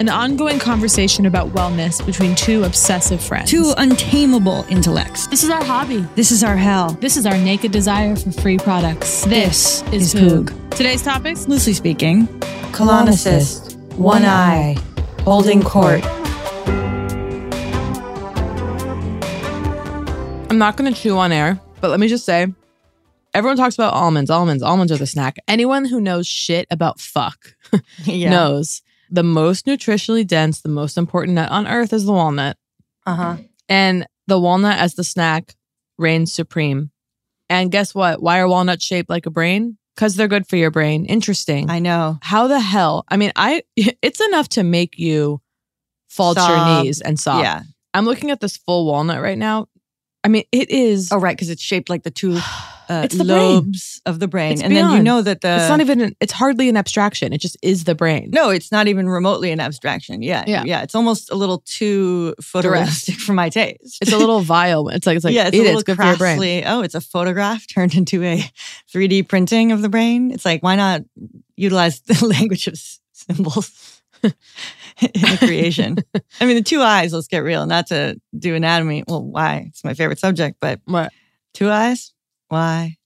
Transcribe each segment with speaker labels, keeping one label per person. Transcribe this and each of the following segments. Speaker 1: an ongoing conversation about wellness between two obsessive friends.
Speaker 2: Two untamable intellects.
Speaker 1: This is our hobby.
Speaker 2: This is our hell.
Speaker 1: This is our naked desire for free products.
Speaker 2: This is Poog.
Speaker 1: Today's topics
Speaker 2: Loosely speaking, colonicist, one eye, holding court.
Speaker 1: I'm not going to chew on air, but let me just say everyone talks about almonds. Almonds, almonds are the snack. Anyone who knows shit about fuck
Speaker 2: yeah.
Speaker 1: knows the most nutritionally dense, the most important nut on earth is the walnut.
Speaker 2: Uh huh.
Speaker 1: And the walnut as the snack reigns supreme. And guess what? Why are walnuts shaped like a brain? Because they're good for your brain. Interesting.
Speaker 2: I know.
Speaker 1: How the hell? I mean, I it's enough to make you fall to your
Speaker 2: Sob.
Speaker 1: knees and sob.
Speaker 2: Yeah.
Speaker 1: I'm looking at this full walnut right now. I mean, it is.
Speaker 2: Oh, right. Because it's shaped like the two uh,
Speaker 1: It's the brain.
Speaker 2: lobes of the brain.
Speaker 1: It's
Speaker 2: and then you
Speaker 1: beyond.
Speaker 2: know that the.
Speaker 1: it's not even. An, it's hardly an abstraction. It just is the brain.
Speaker 2: No, it's not even remotely an abstraction. Yeah.
Speaker 1: Yeah.
Speaker 2: Yeah. It's almost a little too photorealistic for my taste.
Speaker 1: it's a little vile. It's like it's like
Speaker 2: yeah, it's
Speaker 1: eat
Speaker 2: a
Speaker 1: it.
Speaker 2: little
Speaker 1: It's good for your brain.
Speaker 2: crassly- Oh, it's a photograph turned into a 3D printing of the brain. It's like, why not utilize the language of s- symbols in the creation? I mean, the two eyes, let's get real, not to do anatomy. Well, why? It's my favorite subject, but
Speaker 1: What?
Speaker 2: two eyes? Why?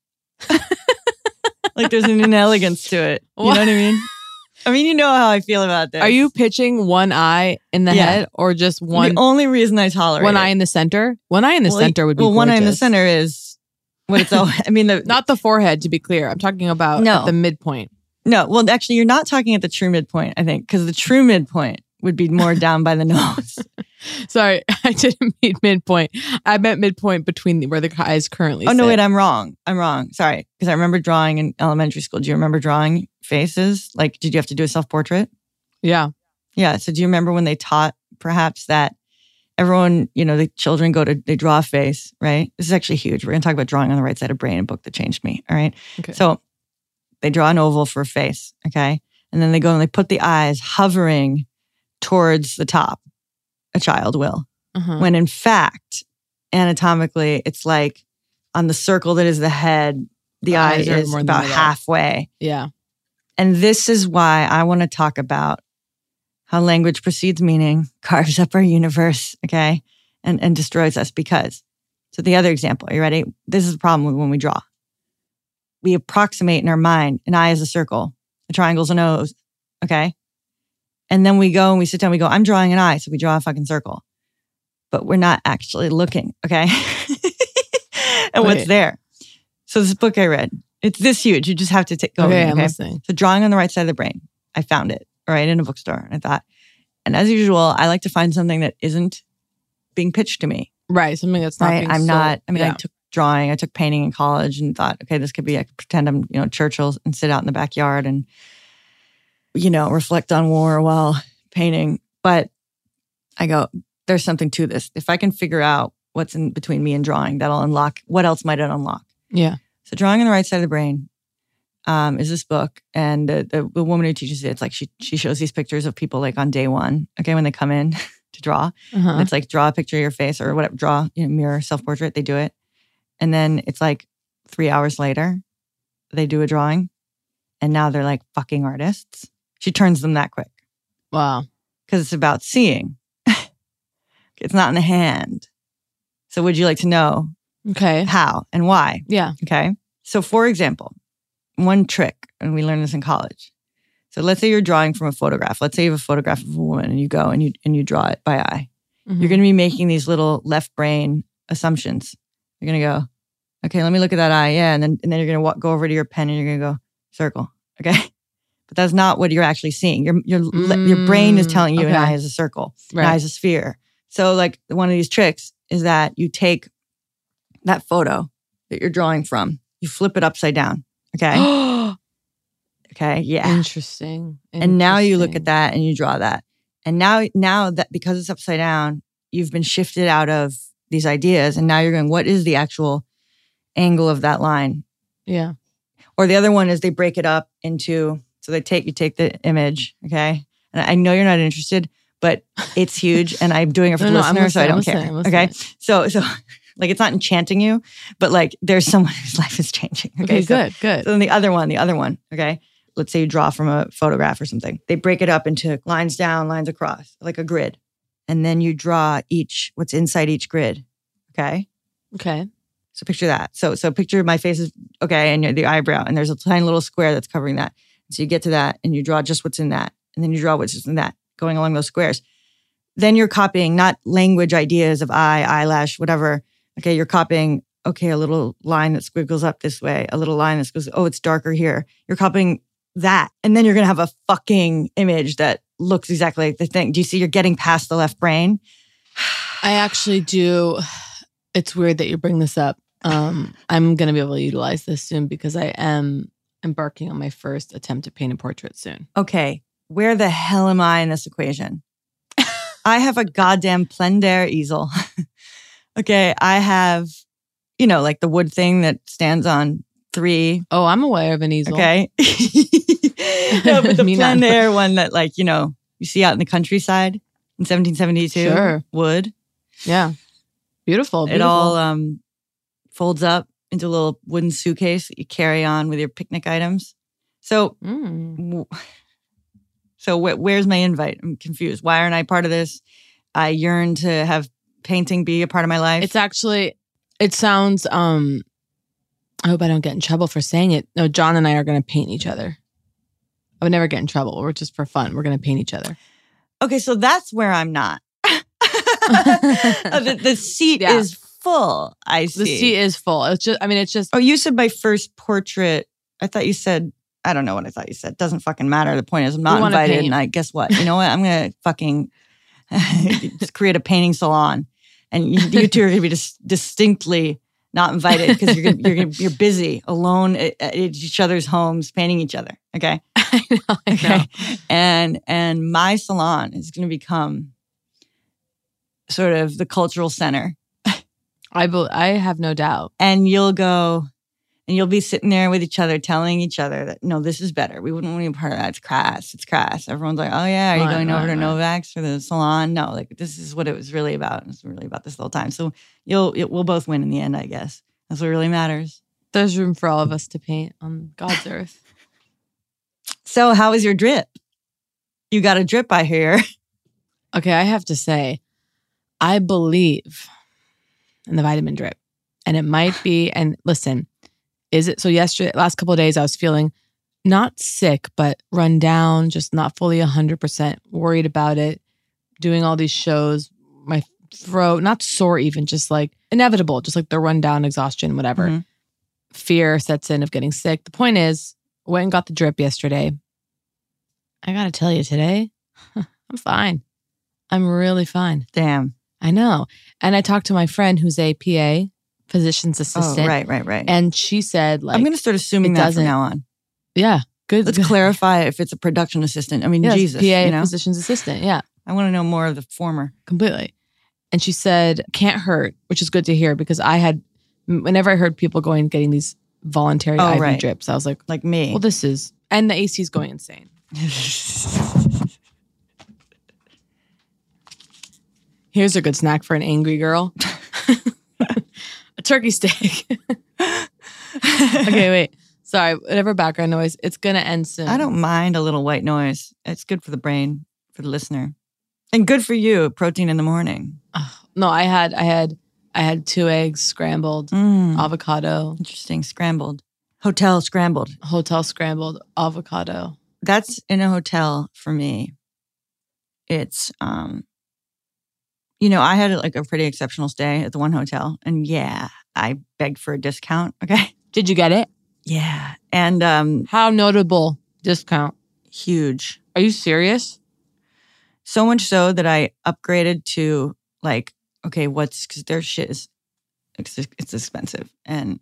Speaker 2: like there's an inelegance to it. You
Speaker 1: Why?
Speaker 2: know what I mean? I mean, you know how I feel about this.
Speaker 1: Are you pitching one eye in the
Speaker 2: Yeah.
Speaker 1: head or just one
Speaker 2: the only reason I tolerate
Speaker 1: one
Speaker 2: it.
Speaker 1: eye in the center? One eye in the
Speaker 2: Well,
Speaker 1: center would be
Speaker 2: well, one eye in the
Speaker 1: gorgeous.
Speaker 2: center is what it's all. I mean, the,
Speaker 1: Not the forehead, to be clear. I'm talking about
Speaker 2: No.
Speaker 1: at the midpoint.
Speaker 2: no. Well, actually, you're not talking at the true midpoint. I think because the true midpoint would be more down by the nose.
Speaker 1: Sorry, I didn't mean midpoint. I meant midpoint between the, where the eyes currently.
Speaker 2: oh no,
Speaker 1: sit.
Speaker 2: wait, I'm wrong. I'm wrong. Sorry, because I remember drawing in elementary school. Do you remember drawing faces? Like, did you have to do a self portrait?
Speaker 1: yeah,
Speaker 2: Yeah. So do you remember when they taught perhaps that everyone, you know, the children go to they draw a face, right? This is actually huge. We're gonna talk about drawing on the right side of brain, a book that changed me. All right.
Speaker 1: Okay.
Speaker 2: So they draw an oval for a face, okay? And then they go and they put the eyes hovering towards the top. A child will.
Speaker 1: uh-huh.
Speaker 2: When in fact, anatomically, it's like on the circle that is the head, the,
Speaker 1: The
Speaker 2: eye
Speaker 1: eyes are
Speaker 2: is
Speaker 1: more in the
Speaker 2: about
Speaker 1: middle.
Speaker 2: halfway.
Speaker 1: yeah.
Speaker 2: And this is why I want to talk about how language precedes meaning, carves up our universe, okay, and, and destroys us because. So, the other example, are you ready? This is the problem when we draw. We approximate in our mind an eye is a circle, a triangle's an O, okay? And then we go and we sit down, we go, I'm drawing an eye. So, we draw a fucking circle, but we're not actually looking, okay? and what's
Speaker 1: Right.
Speaker 2: there? So, this book I read, it's this huge. You just have to take, go
Speaker 1: okay,
Speaker 2: read,
Speaker 1: I'm listening.
Speaker 2: so drawing on the right side of the brain, I found it all right in a bookstore. And I thought, and as usual, I like to find something that isn't being pitched to me.
Speaker 1: Right, something that's not.
Speaker 2: right?
Speaker 1: being
Speaker 2: I'm
Speaker 1: sold.
Speaker 2: not. I mean, I
Speaker 1: Yeah.
Speaker 2: took drawing, I took painting in college, and thought, okay, this could be. I could pretend I'm you know Churchill and sit out in the backyard and you know reflect on war while painting. But I go, there's something to this. If I can figure out what's in between me and drawing, that'll unlock. What else might it unlock?
Speaker 1: yeah.
Speaker 2: So drawing on the right side of the brain um, is this book, and the, the the woman who teaches it, it's like she she shows these pictures of people like on day one, okay, when they come in to draw.
Speaker 1: Uh-huh.
Speaker 2: It's like draw a picture of your face or whatever, draw you know mirror self portrait. They do it, and then it's like three hours later, they do a drawing, and now they're like fucking artists. She turns them that quick
Speaker 1: wow.
Speaker 2: because it's about seeing. it's not in the hand. So would you like to know
Speaker 1: Okay.
Speaker 2: how and why?
Speaker 1: Yeah.
Speaker 2: Okay. So, for example, one trick, and we learned this in college. So, let's say you're drawing from a photograph. Let's say you have a photograph of a woman, and you go and you and you draw it by eye.
Speaker 1: Mm-hmm.
Speaker 2: You're going to be making these little left brain assumptions. You're going to go, okay, let me look at that eye, yeah, and then and then you're going to walk, go over to your pen, and you're going to go circle, okay. But that's not what you're actually seeing. Your your le- your brain is
Speaker 1: Mm,
Speaker 2: telling you an
Speaker 1: okay.
Speaker 2: eye is a circle
Speaker 1: Right.
Speaker 2: an eye is a sphere. So, like one of these tricks is that you take that photo that you're drawing from, you flip it upside down. Okay. okay. Yeah.
Speaker 1: Interesting.
Speaker 2: And now you look at
Speaker 1: Interesting.
Speaker 2: that and you draw that. And now, now that because it's upside down, you've been shifted out of these ideas. And now you're going, what is the actual angle of that line?
Speaker 1: Yeah.
Speaker 2: or the other one is they break it up into so they take you take the image okay and i know you're not interested but it's huge and i'm doing it for
Speaker 1: No,
Speaker 2: the
Speaker 1: no, I'm
Speaker 2: listener so i
Speaker 1: listening, I'm
Speaker 2: don't care
Speaker 1: listening, I'm
Speaker 2: okay
Speaker 1: listening.
Speaker 2: so so like it's not enchanting you but like there's someone whose life is changing okay,
Speaker 1: Okay.
Speaker 2: so-
Speaker 1: good. Good.
Speaker 2: so then the other one, the other one, okay? Let's say you draw from a photograph or something. They break it up into lines down, lines across, like a grid. And then you draw each, what's inside each grid, okay?
Speaker 1: okay.
Speaker 2: So picture that. So so picture my face is okay, and your- the eyebrow, and there's a tiny little square that's covering that. So you get to that, and you draw just what's in that, and then you draw what's just in that, going along those squares. Then you're copying not language ideas of eye, eyelash, whatever. Okay, you're copying. Okay, a little line that squiggles up this way, a little line that goes. Oh, it's darker here. You're copying that, and then you're gonna have a fucking image that looks exactly like the thing. Do you see? You're getting past the left brain.
Speaker 1: I actually do. It's weird that you bring this up. Um, I'm going to be able to utilize this soon because I am embarking on my first attempt to paint a portrait soon.
Speaker 2: okay, where the hell am I in this equation? I have a goddamn Plender easel. okay, I have, you know, like the wood thing that stands on three.
Speaker 1: Oh, I'm aware of an easel.
Speaker 2: Okay. no, but the
Speaker 1: Me not.
Speaker 2: Plender one that, like, you know, you see out in the countryside in 1772.
Speaker 1: Sure.
Speaker 2: Wood.
Speaker 1: Yeah. Beautiful.
Speaker 2: It
Speaker 1: beautiful.
Speaker 2: all um, folds up into a little wooden suitcase that you carry on with your picnic items. So
Speaker 1: Mm.
Speaker 2: w- so wh- where's my invite? I'm confused. Why aren't I part of this? I yearn to have painting be a part of my life.
Speaker 1: It's actually, it sounds, um, I hope I don't get in trouble for saying it. No, John and I are going to paint each other. I would never get in trouble. We're just for fun. We're going to paint each other.
Speaker 2: okay, so that's where I'm not. Oh, the, the seat
Speaker 1: Yeah.
Speaker 2: is full. I see.
Speaker 1: The seat is full. It's just, I mean, it's just,
Speaker 2: oh, you said my first portrait. I thought you said I don't know what I thought you said. Doesn't fucking matter. The point is I'm not
Speaker 1: wanna
Speaker 2: invited,
Speaker 1: paint.
Speaker 2: and I guess what? You know what? I'm gonna fucking just create a painting salon, and you, you two are gonna be dis- distinctly not invited because you're gonna, you're gonna, you're busy alone at, at each other's homes painting each other. Okay.
Speaker 1: I know, I know.
Speaker 2: Okay. And and my salon is gonna become sort of the cultural center
Speaker 1: I, bel I have no doubt.
Speaker 2: and you'll go and you'll be sitting there with each other telling each other that no this is better we wouldn't want to be part of that it's crass it's crass everyone's like oh yeah are you
Speaker 1: Right,
Speaker 2: going over
Speaker 1: right,
Speaker 2: to
Speaker 1: right.
Speaker 2: novaks for the salon no like this is what it was really about it's really about this whole time so you'll it, we'll both win in the end i guess that's what really matters
Speaker 1: There's room for all of us to paint on God's earth.
Speaker 2: so how was your drip You got a drip, I hear.
Speaker 1: Okay, I have to say, I believe in the vitamin drip. And it might be, and listen, is it so yesterday, last couple of days, I was feeling not sick, but run down, just not fully 100%, worried about it, doing all these shows, my throat, not sore even, just like inevitable, just like the rundown, exhaustion, whatever.
Speaker 2: Mhm.
Speaker 1: Fear sets in of getting sick. The point is, went and got the drip yesterday. I gotta tell you, today, I'm fine. I'm really fine.
Speaker 2: Damn.
Speaker 1: I know. And I talked to my friend who's a PA, physician's
Speaker 2: Oh,
Speaker 1: assistant.
Speaker 2: right, right, right.
Speaker 1: And she said, like,
Speaker 2: I'm going to start assuming
Speaker 1: it
Speaker 2: that
Speaker 1: doesn't-
Speaker 2: from now on.
Speaker 1: yeah, good.
Speaker 2: Let's clarify if it's a production assistant. I mean,
Speaker 1: Yes,
Speaker 2: Jesus,
Speaker 1: PA,
Speaker 2: you know,
Speaker 1: physician's assistant. Yeah,
Speaker 2: I want to know more of the former.
Speaker 1: completely. And she said, can't hurt, which is good to hear because I had, whenever I heard people going getting these voluntary
Speaker 2: Oh,
Speaker 1: IV
Speaker 2: right.
Speaker 1: drips, I was like,
Speaker 2: like me.
Speaker 1: well, this is, and the AC is going insane. Here's a good snack for an angry girl. a turkey steak. okay, wait. Sorry, whatever background noise. It's gonna end soon.
Speaker 2: I don't mind a little white noise. It's good for the brain, for the listener, and good for you. Protein in the morning.
Speaker 1: No, I had, I had, I had two eggs scrambled,
Speaker 2: Mm,
Speaker 1: avocado,
Speaker 2: interesting. Scrambled. Hotel scrambled.
Speaker 1: hotel scrambled avocado.
Speaker 2: That's in a hotel for me. It's um, you know, I had like a pretty exceptional stay at the one hotel, and yeah, I begged for a discount. Okay.
Speaker 1: Did you get it?
Speaker 2: Yeah, and um,
Speaker 1: How notable discount?
Speaker 2: huge.
Speaker 1: Are you serious?
Speaker 2: so much so that I upgraded to like, okay, what's because their shit is it's, it's expensive, and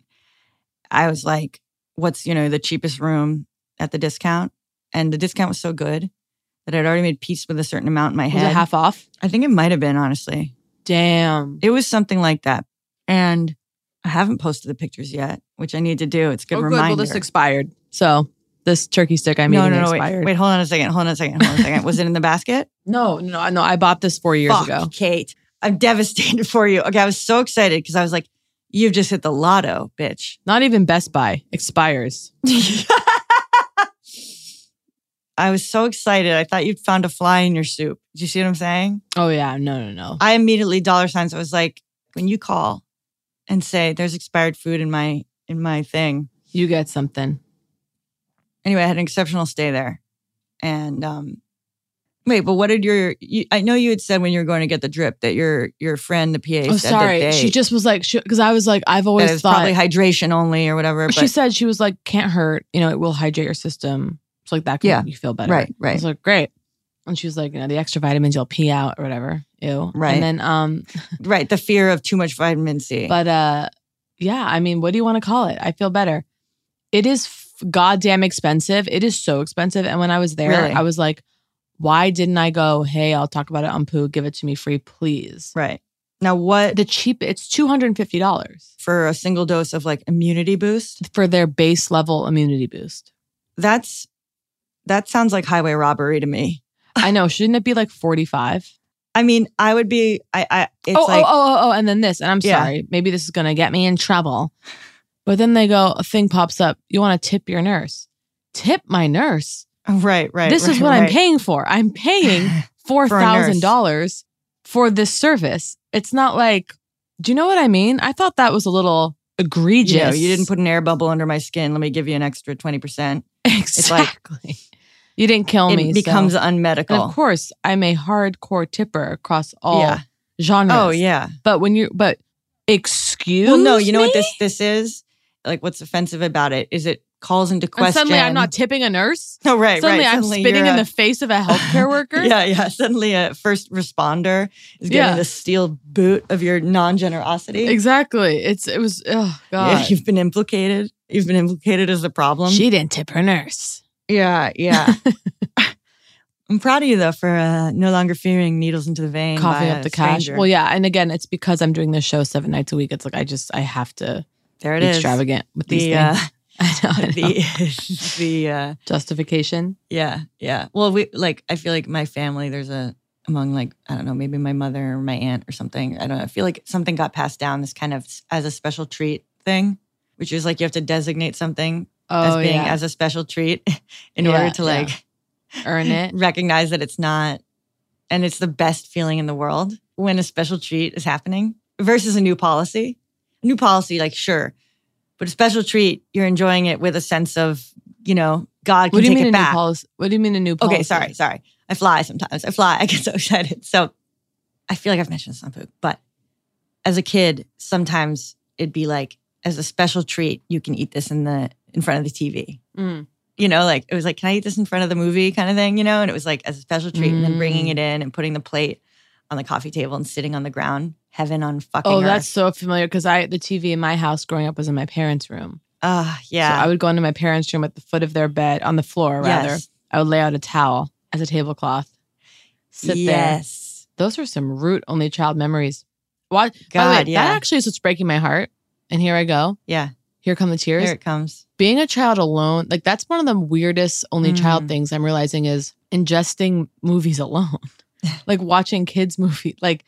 Speaker 2: I was like, what's you know the cheapest room at the discount, and the discount was so good that I'd already made peace with a certain amount in my
Speaker 1: Was it
Speaker 2: head.
Speaker 1: half off?
Speaker 2: I think it might have been honestly,
Speaker 1: Damn.
Speaker 2: it was something like that, and I haven't posted the pictures yet, which I need to do. It's a good
Speaker 1: oh, good.
Speaker 2: reminder.
Speaker 1: Well, this expired. So this turkey stick I'm
Speaker 2: no,
Speaker 1: eating
Speaker 2: no, no, wait,
Speaker 1: expired.
Speaker 2: wait, hold on a second, hold on a second, hold on a second. Was it in the basket?
Speaker 1: No, no, no. I bought this four years
Speaker 2: Fuck,
Speaker 1: ago.
Speaker 2: Kate, I'm devastated for you. Okay, I was so excited because I was like, you've just hit the lotto, bitch.
Speaker 1: Not even Best Buy expires.
Speaker 2: I was so excited. I thought you'd found a fly in your soup. Do you see what I'm saying?
Speaker 1: Oh yeah, no, no, no.
Speaker 2: I immediately dollar signs. I was like, when you call and say there's expired food in my in my thing.
Speaker 1: You get something.
Speaker 2: Anyway, I had an exceptional stay there. And um wait, but what did your you, I know you had said when you were going to get the drip that your your friend the PA
Speaker 1: oh,
Speaker 2: said
Speaker 1: sorry.
Speaker 2: that they,
Speaker 1: she just was like, because I was like, I've
Speaker 2: that it
Speaker 1: always
Speaker 2: was
Speaker 1: thought
Speaker 2: probably hydration only or whatever. But
Speaker 1: she said she was like, can't hurt. You know, it will hydrate your system. It's like that can
Speaker 2: Yeah.
Speaker 1: make you feel better.
Speaker 2: Right,
Speaker 1: I was
Speaker 2: right.
Speaker 1: like, great. And she was like, you know, the extra vitamins you'll pee out or whatever. Ew.
Speaker 2: Right.
Speaker 1: And then um,
Speaker 2: Right. The fear of too much vitamin C.
Speaker 1: but uh, yeah. I mean, what do you want to call it? I feel better. It is f- goddamn expensive. It is so expensive. And when I was there,
Speaker 2: Really?
Speaker 1: I was like, why didn't I go? Hey, I'll talk about it on poo. Give it to me free, please.
Speaker 2: right. Now, what
Speaker 1: The cheap, it's two hundred and fifty dollars
Speaker 2: for a single dose of like immunity boost?
Speaker 1: for their base level immunity boost.
Speaker 2: That's that sounds like highway robbery to me.
Speaker 1: I know. Shouldn't it be like 45?
Speaker 2: I mean, I would be. I. I it's
Speaker 1: Oh,
Speaker 2: like
Speaker 1: oh, oh, oh, oh, and then this. And I'm
Speaker 2: Yeah.
Speaker 1: sorry. Maybe this is going to get me in trouble. But then they go, a thing pops up. You want to tip your nurse. Tip my nurse.
Speaker 2: right, right.
Speaker 1: oh. this
Speaker 2: right,
Speaker 1: is what I'm
Speaker 2: right.
Speaker 1: paying for. I'm paying $4,000 for this service. It's not like, do you know what I mean? I thought that was a little egregious.
Speaker 2: You, know, you didn't put an air bubble under my skin. Let me give you an extra twenty percent. like-
Speaker 1: exactly. you didn't kill
Speaker 2: It
Speaker 1: me. so-
Speaker 2: becomes
Speaker 1: And
Speaker 2: unmedical.
Speaker 1: of course, I'm a hardcore tipper across all
Speaker 2: Yeah.
Speaker 1: genres.
Speaker 2: Oh yeah.
Speaker 1: But when you but excuse
Speaker 2: Well, no. You know what
Speaker 1: me?
Speaker 2: this this is? Like, what's offensive about it is it calls into
Speaker 1: And
Speaker 2: question.
Speaker 1: suddenly I'm not tipping a nurse.
Speaker 2: No, Oh, right,
Speaker 1: suddenly
Speaker 2: right.
Speaker 1: I'm spitting
Speaker 2: you're
Speaker 1: in
Speaker 2: a-
Speaker 1: the face of a healthcare worker.
Speaker 2: Yeah, yeah. Suddenly, a first responder is getting
Speaker 1: Yeah.
Speaker 2: the steel boot of your non generosity.
Speaker 1: Exactly. It's it was oh
Speaker 2: Yeah,
Speaker 1: god.
Speaker 2: you've been implicated. You've been implicated as the problem.
Speaker 1: she didn't tip her nurse.
Speaker 2: yeah, yeah. I'm proud of you though for uh, no longer fearing needles into the vein.
Speaker 1: Coughing
Speaker 2: by
Speaker 1: up
Speaker 2: a
Speaker 1: the cash.
Speaker 2: stranger.
Speaker 1: Well, yeah, and again, it's because I'm doing this show seven nights a week. It's like I just I have to
Speaker 2: there it
Speaker 1: be
Speaker 2: is.
Speaker 1: extravagant with these
Speaker 2: The uh,
Speaker 1: things. I know, I know.
Speaker 2: the the uh,
Speaker 1: justification.
Speaker 2: yeah yeah. Well, we like I feel like my family. There's a among like I don't know maybe my mother or my aunt or something. I don't know. I feel like something got passed down this kind of s- as a special treat thing, which is like you have to designate something
Speaker 1: Oh
Speaker 2: as being
Speaker 1: yeah.
Speaker 2: as a special treat in
Speaker 1: Yeah,
Speaker 2: order to
Speaker 1: yeah.
Speaker 2: like
Speaker 1: Earn it.
Speaker 2: recognize that it's not, and it's the best feeling in the world when a special treat is happening versus a new policy. A new policy, like sure, but a special treat, you're enjoying it with a sense of, you know, God can
Speaker 1: What do you
Speaker 2: take
Speaker 1: mean
Speaker 2: it
Speaker 1: a
Speaker 2: back.
Speaker 1: new policy? What do you mean a new policy?
Speaker 2: Okay, sorry, sorry. I fly sometimes. I fly. I get so excited. So I feel like I've mentioned this on poop, but as a kid, sometimes it'd be like, as a special treat, you can eat this in the in front of the TV.
Speaker 1: Mm.
Speaker 2: You know, like it was like, can I eat this in front of the movie kind of thing, you know? And it was like as a special treat, and then bringing it
Speaker 1: Mm.
Speaker 2: in and putting the plate on the coffee table and sitting on the ground, heaven on fucking.
Speaker 1: Oh, that's
Speaker 2: earth.
Speaker 1: so familiar because I the TV in my house growing up was in my parents' room.
Speaker 2: ah yeah.
Speaker 1: So I would go into my parents' room at the foot of their bed, on the floor rather.
Speaker 2: Yes.
Speaker 1: I would lay out a towel as a tablecloth. Sit there.
Speaker 2: yes.
Speaker 1: Those are some root only child memories. What? by the way,
Speaker 2: God, yeah.
Speaker 1: that actually is what's breaking my heart. And here I go.
Speaker 2: Yeah.
Speaker 1: Here come the tears.
Speaker 2: Here it comes.
Speaker 1: Being a child alone, like that's one of the weirdest only child
Speaker 2: Mm.
Speaker 1: things I'm realizing is ingesting movies alone. like watching kids movie. Like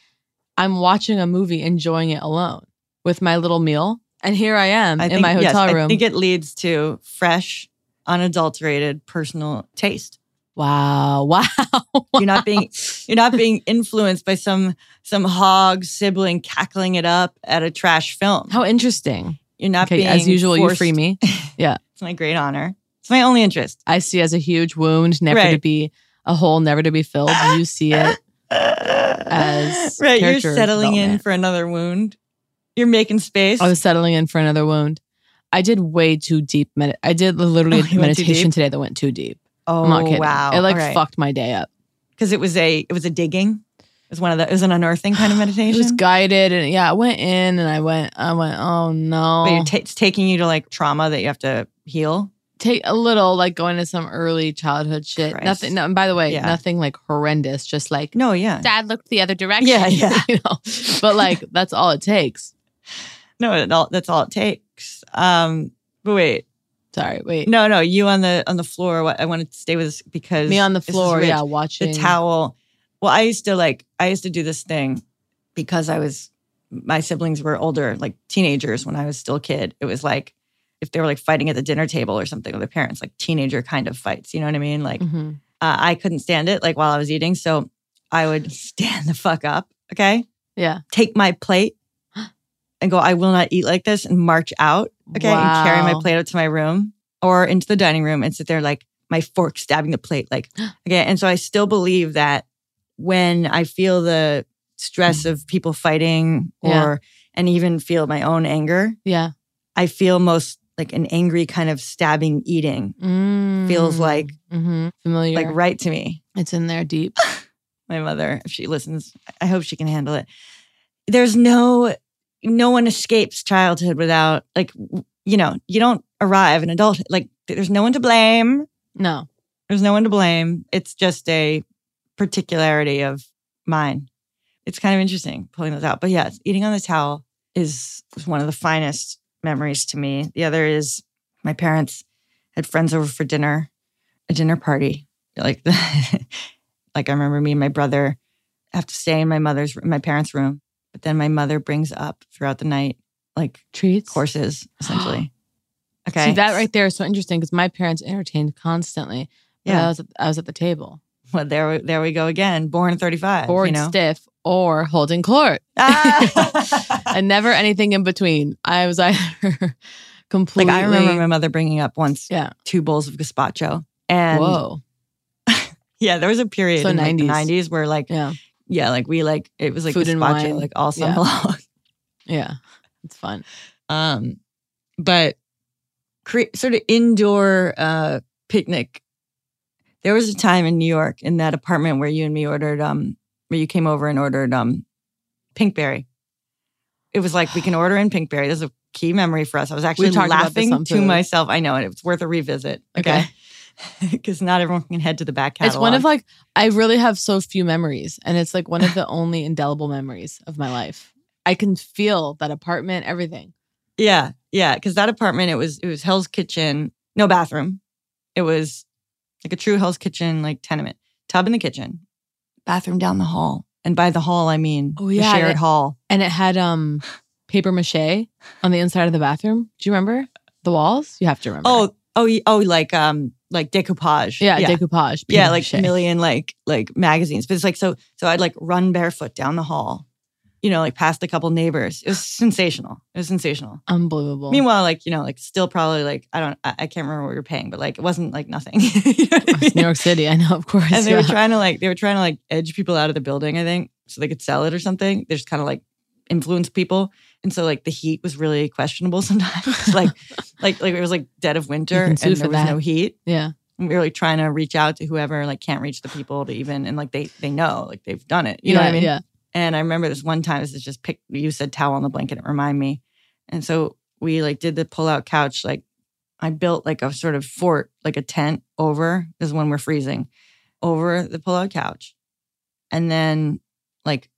Speaker 1: I'm watching a movie, enjoying it alone with my little meal. And here I am Mm, in my
Speaker 2: yes,
Speaker 1: hotel room.
Speaker 2: I think it leads to fresh, unadulterated personal taste.
Speaker 1: wow. Wow.
Speaker 2: You're not being you're not being influenced by some some hog sibling cackling it up at a trash film.
Speaker 1: How interesting.
Speaker 2: You're not
Speaker 1: okay,
Speaker 2: being
Speaker 1: as usual, you
Speaker 2: forced-
Speaker 1: free me.
Speaker 2: It's my great honor. It's my only interest.
Speaker 1: I see as a huge wound, never to
Speaker 2: Right.
Speaker 1: be a hole, never to be filled. You see it. As
Speaker 2: right, you're
Speaker 1: character
Speaker 2: settling in
Speaker 1: development. Oh,
Speaker 2: for another wound. You're making space.
Speaker 1: I was settling in for another wound. I did way too deep. Med- I did literally
Speaker 2: Oh,
Speaker 1: a
Speaker 2: you went too
Speaker 1: meditation
Speaker 2: deep?
Speaker 1: today that went too deep.
Speaker 2: oh
Speaker 1: I'm not kidding.
Speaker 2: wow!
Speaker 1: It like fucked my day up.
Speaker 2: because it was a it was a digging. It was one of the it was an unearthing kind of
Speaker 1: It
Speaker 2: meditation.
Speaker 1: was guided, and yeah, I went in and I went. I went. Oh no!
Speaker 2: But you're ta- it's taking you to like trauma that you have to heal.
Speaker 1: take a little like going to some early childhood shit.
Speaker 2: Christ.
Speaker 1: Nothing. No, and by the way,
Speaker 2: Yeah.
Speaker 1: nothing like horrendous. Just like
Speaker 2: No, yeah,
Speaker 1: dad looked the other direction.
Speaker 2: Yeah, yeah.
Speaker 1: you know, but like that's all it takes.
Speaker 2: no, it all, that's all it takes. Um, but wait,
Speaker 1: Sorry, wait.
Speaker 2: no, no, you on the on the floor. What I wanted to stay with this because
Speaker 1: me on the
Speaker 2: this is
Speaker 1: floor,
Speaker 2: rich.
Speaker 1: yeah, watching
Speaker 2: the towel. Well, I used to like I used to do this thing because I was my siblings were older, like teenagers when I was still a kid. It was like if they were like fighting at the dinner table or something with their parents, like teenager kind of fights. You know what I mean? Like
Speaker 1: Mhm.
Speaker 2: uh, I couldn't stand it. Like while I was eating, so I would stand the fuck up. Okay,
Speaker 1: Yeah.
Speaker 2: take my plate and go. I will not eat like this, and march out. Okay, and carry my
Speaker 1: Wow.
Speaker 2: plate up to my room or into the dining room and sit there like my fork stabbing the plate. Like okay, and so I still believe that when I feel the stress of people fighting or
Speaker 1: Mm. Yeah.
Speaker 2: and even feel my own anger,
Speaker 1: Yeah.
Speaker 2: I feel most like an angry kind of stabbing eating feels
Speaker 1: Mm.
Speaker 2: like
Speaker 1: Mhm. familiar.
Speaker 2: like right to me.
Speaker 1: it's in there deep.
Speaker 2: my mother if she listens i hope she can handle it there's no no one escapes childhood without like w- you know you don't arrive in adulthood like there's no one to blame
Speaker 1: No.
Speaker 2: there's no one to blame it's just a particularity of mine it's kind of interesting pulling those out but yes eating on the towel is was one of the finest memories to me the other is my parents had friends over for dinner a dinner party like like i remember me and my brother have to stay in my mother's my parents room but then my mother brings up throughout the night like
Speaker 1: Treats.
Speaker 2: courses essentially okay
Speaker 1: See that right there is so interesting because my parents entertained constantly. but I
Speaker 2: yeah
Speaker 1: was at, I was at the table,
Speaker 2: well there we- there we go again born 35
Speaker 1: bored
Speaker 2: you know
Speaker 1: stiff or holding court,
Speaker 2: Ah!
Speaker 1: and never anything in between. I was either
Speaker 2: like
Speaker 1: completely
Speaker 2: I remember my mother bringing up once
Speaker 1: Yeah.
Speaker 2: two bowls of gazpacho. And
Speaker 1: whoa,
Speaker 2: yeah, there was a period
Speaker 1: So
Speaker 2: in like, the
Speaker 1: 90s.
Speaker 2: 90s where like, yeah.
Speaker 1: yeah,
Speaker 2: like we like, it was like
Speaker 1: Food and
Speaker 2: gazpacho,
Speaker 1: wine.
Speaker 2: like all summer
Speaker 1: Yeah.
Speaker 2: long.
Speaker 1: yeah, it's fun.
Speaker 2: Um, but cre- sort of indoor uh, picnic. There was a time in New York in that apartment where you and me ordered, um, where you came over and ordered um, pinkberry. It was like we can order in pinkberry. This is a key memory for us. I was actually
Speaker 1: talked about this
Speaker 2: laughing
Speaker 1: on
Speaker 2: to
Speaker 1: food.
Speaker 2: myself. I know, and it's worth a revisit. Okay, because not everyone can head to the back catalog.
Speaker 1: It's one of like I really have so few memories, and it's like one of the only indelible memories of my life. I can feel that apartment, everything.
Speaker 2: Yeah, yeah. Because that apartment, it was it was Hell's Kitchen, no bathroom. It was like a true Hell's Kitchen like tenement. Tub in the kitchen, bathroom down the hall, and by the hall I mean
Speaker 1: Oh,
Speaker 2: the
Speaker 1: yeah,
Speaker 2: shared
Speaker 1: that-
Speaker 2: hall.
Speaker 1: And it had um paper mache on the inside of the bathroom. Do you remember the walls? You have to remember.
Speaker 2: Oh, oh, y- oh, like um like decoupage.
Speaker 1: Yeah, decoupage.
Speaker 2: yeah, like
Speaker 1: papier-mâché.
Speaker 2: million like like magazines. But it's like so so I'd like run barefoot down the hall, you know, like past a couple neighbors. It was sensational. It was sensational.
Speaker 1: Unbelievable.
Speaker 2: Meanwhile, like you know, like still probably like I don't I, I can't remember what you're paying, but like it wasn't like nothing. You know what I
Speaker 1: It's New
Speaker 2: mean?
Speaker 1: York City, I know, of course.
Speaker 2: and they
Speaker 1: yeah.
Speaker 2: were trying to like they were trying to like edge people out of the building, I think, so they could sell it or something. They just kind of like influence people. And so like the heat was really questionable sometimes. like like like it was like dead of winter
Speaker 1: can
Speaker 2: and
Speaker 1: sue
Speaker 2: there
Speaker 1: for
Speaker 2: was
Speaker 1: that.
Speaker 2: no heat.
Speaker 1: yeah.
Speaker 2: And we were like trying to reach out to whoever like can't reach the people to even and like they they know like they've done it. You know what I
Speaker 1: Yeah,
Speaker 2: mean?
Speaker 1: Yeah.
Speaker 2: And I remember this one time, this is just pick, you said towel on the blanket, it remind me. And so we like did the pull out couch. Like I built like a sort of fort, like a tent over, this is when we're freezing, over the pull out couch. And then like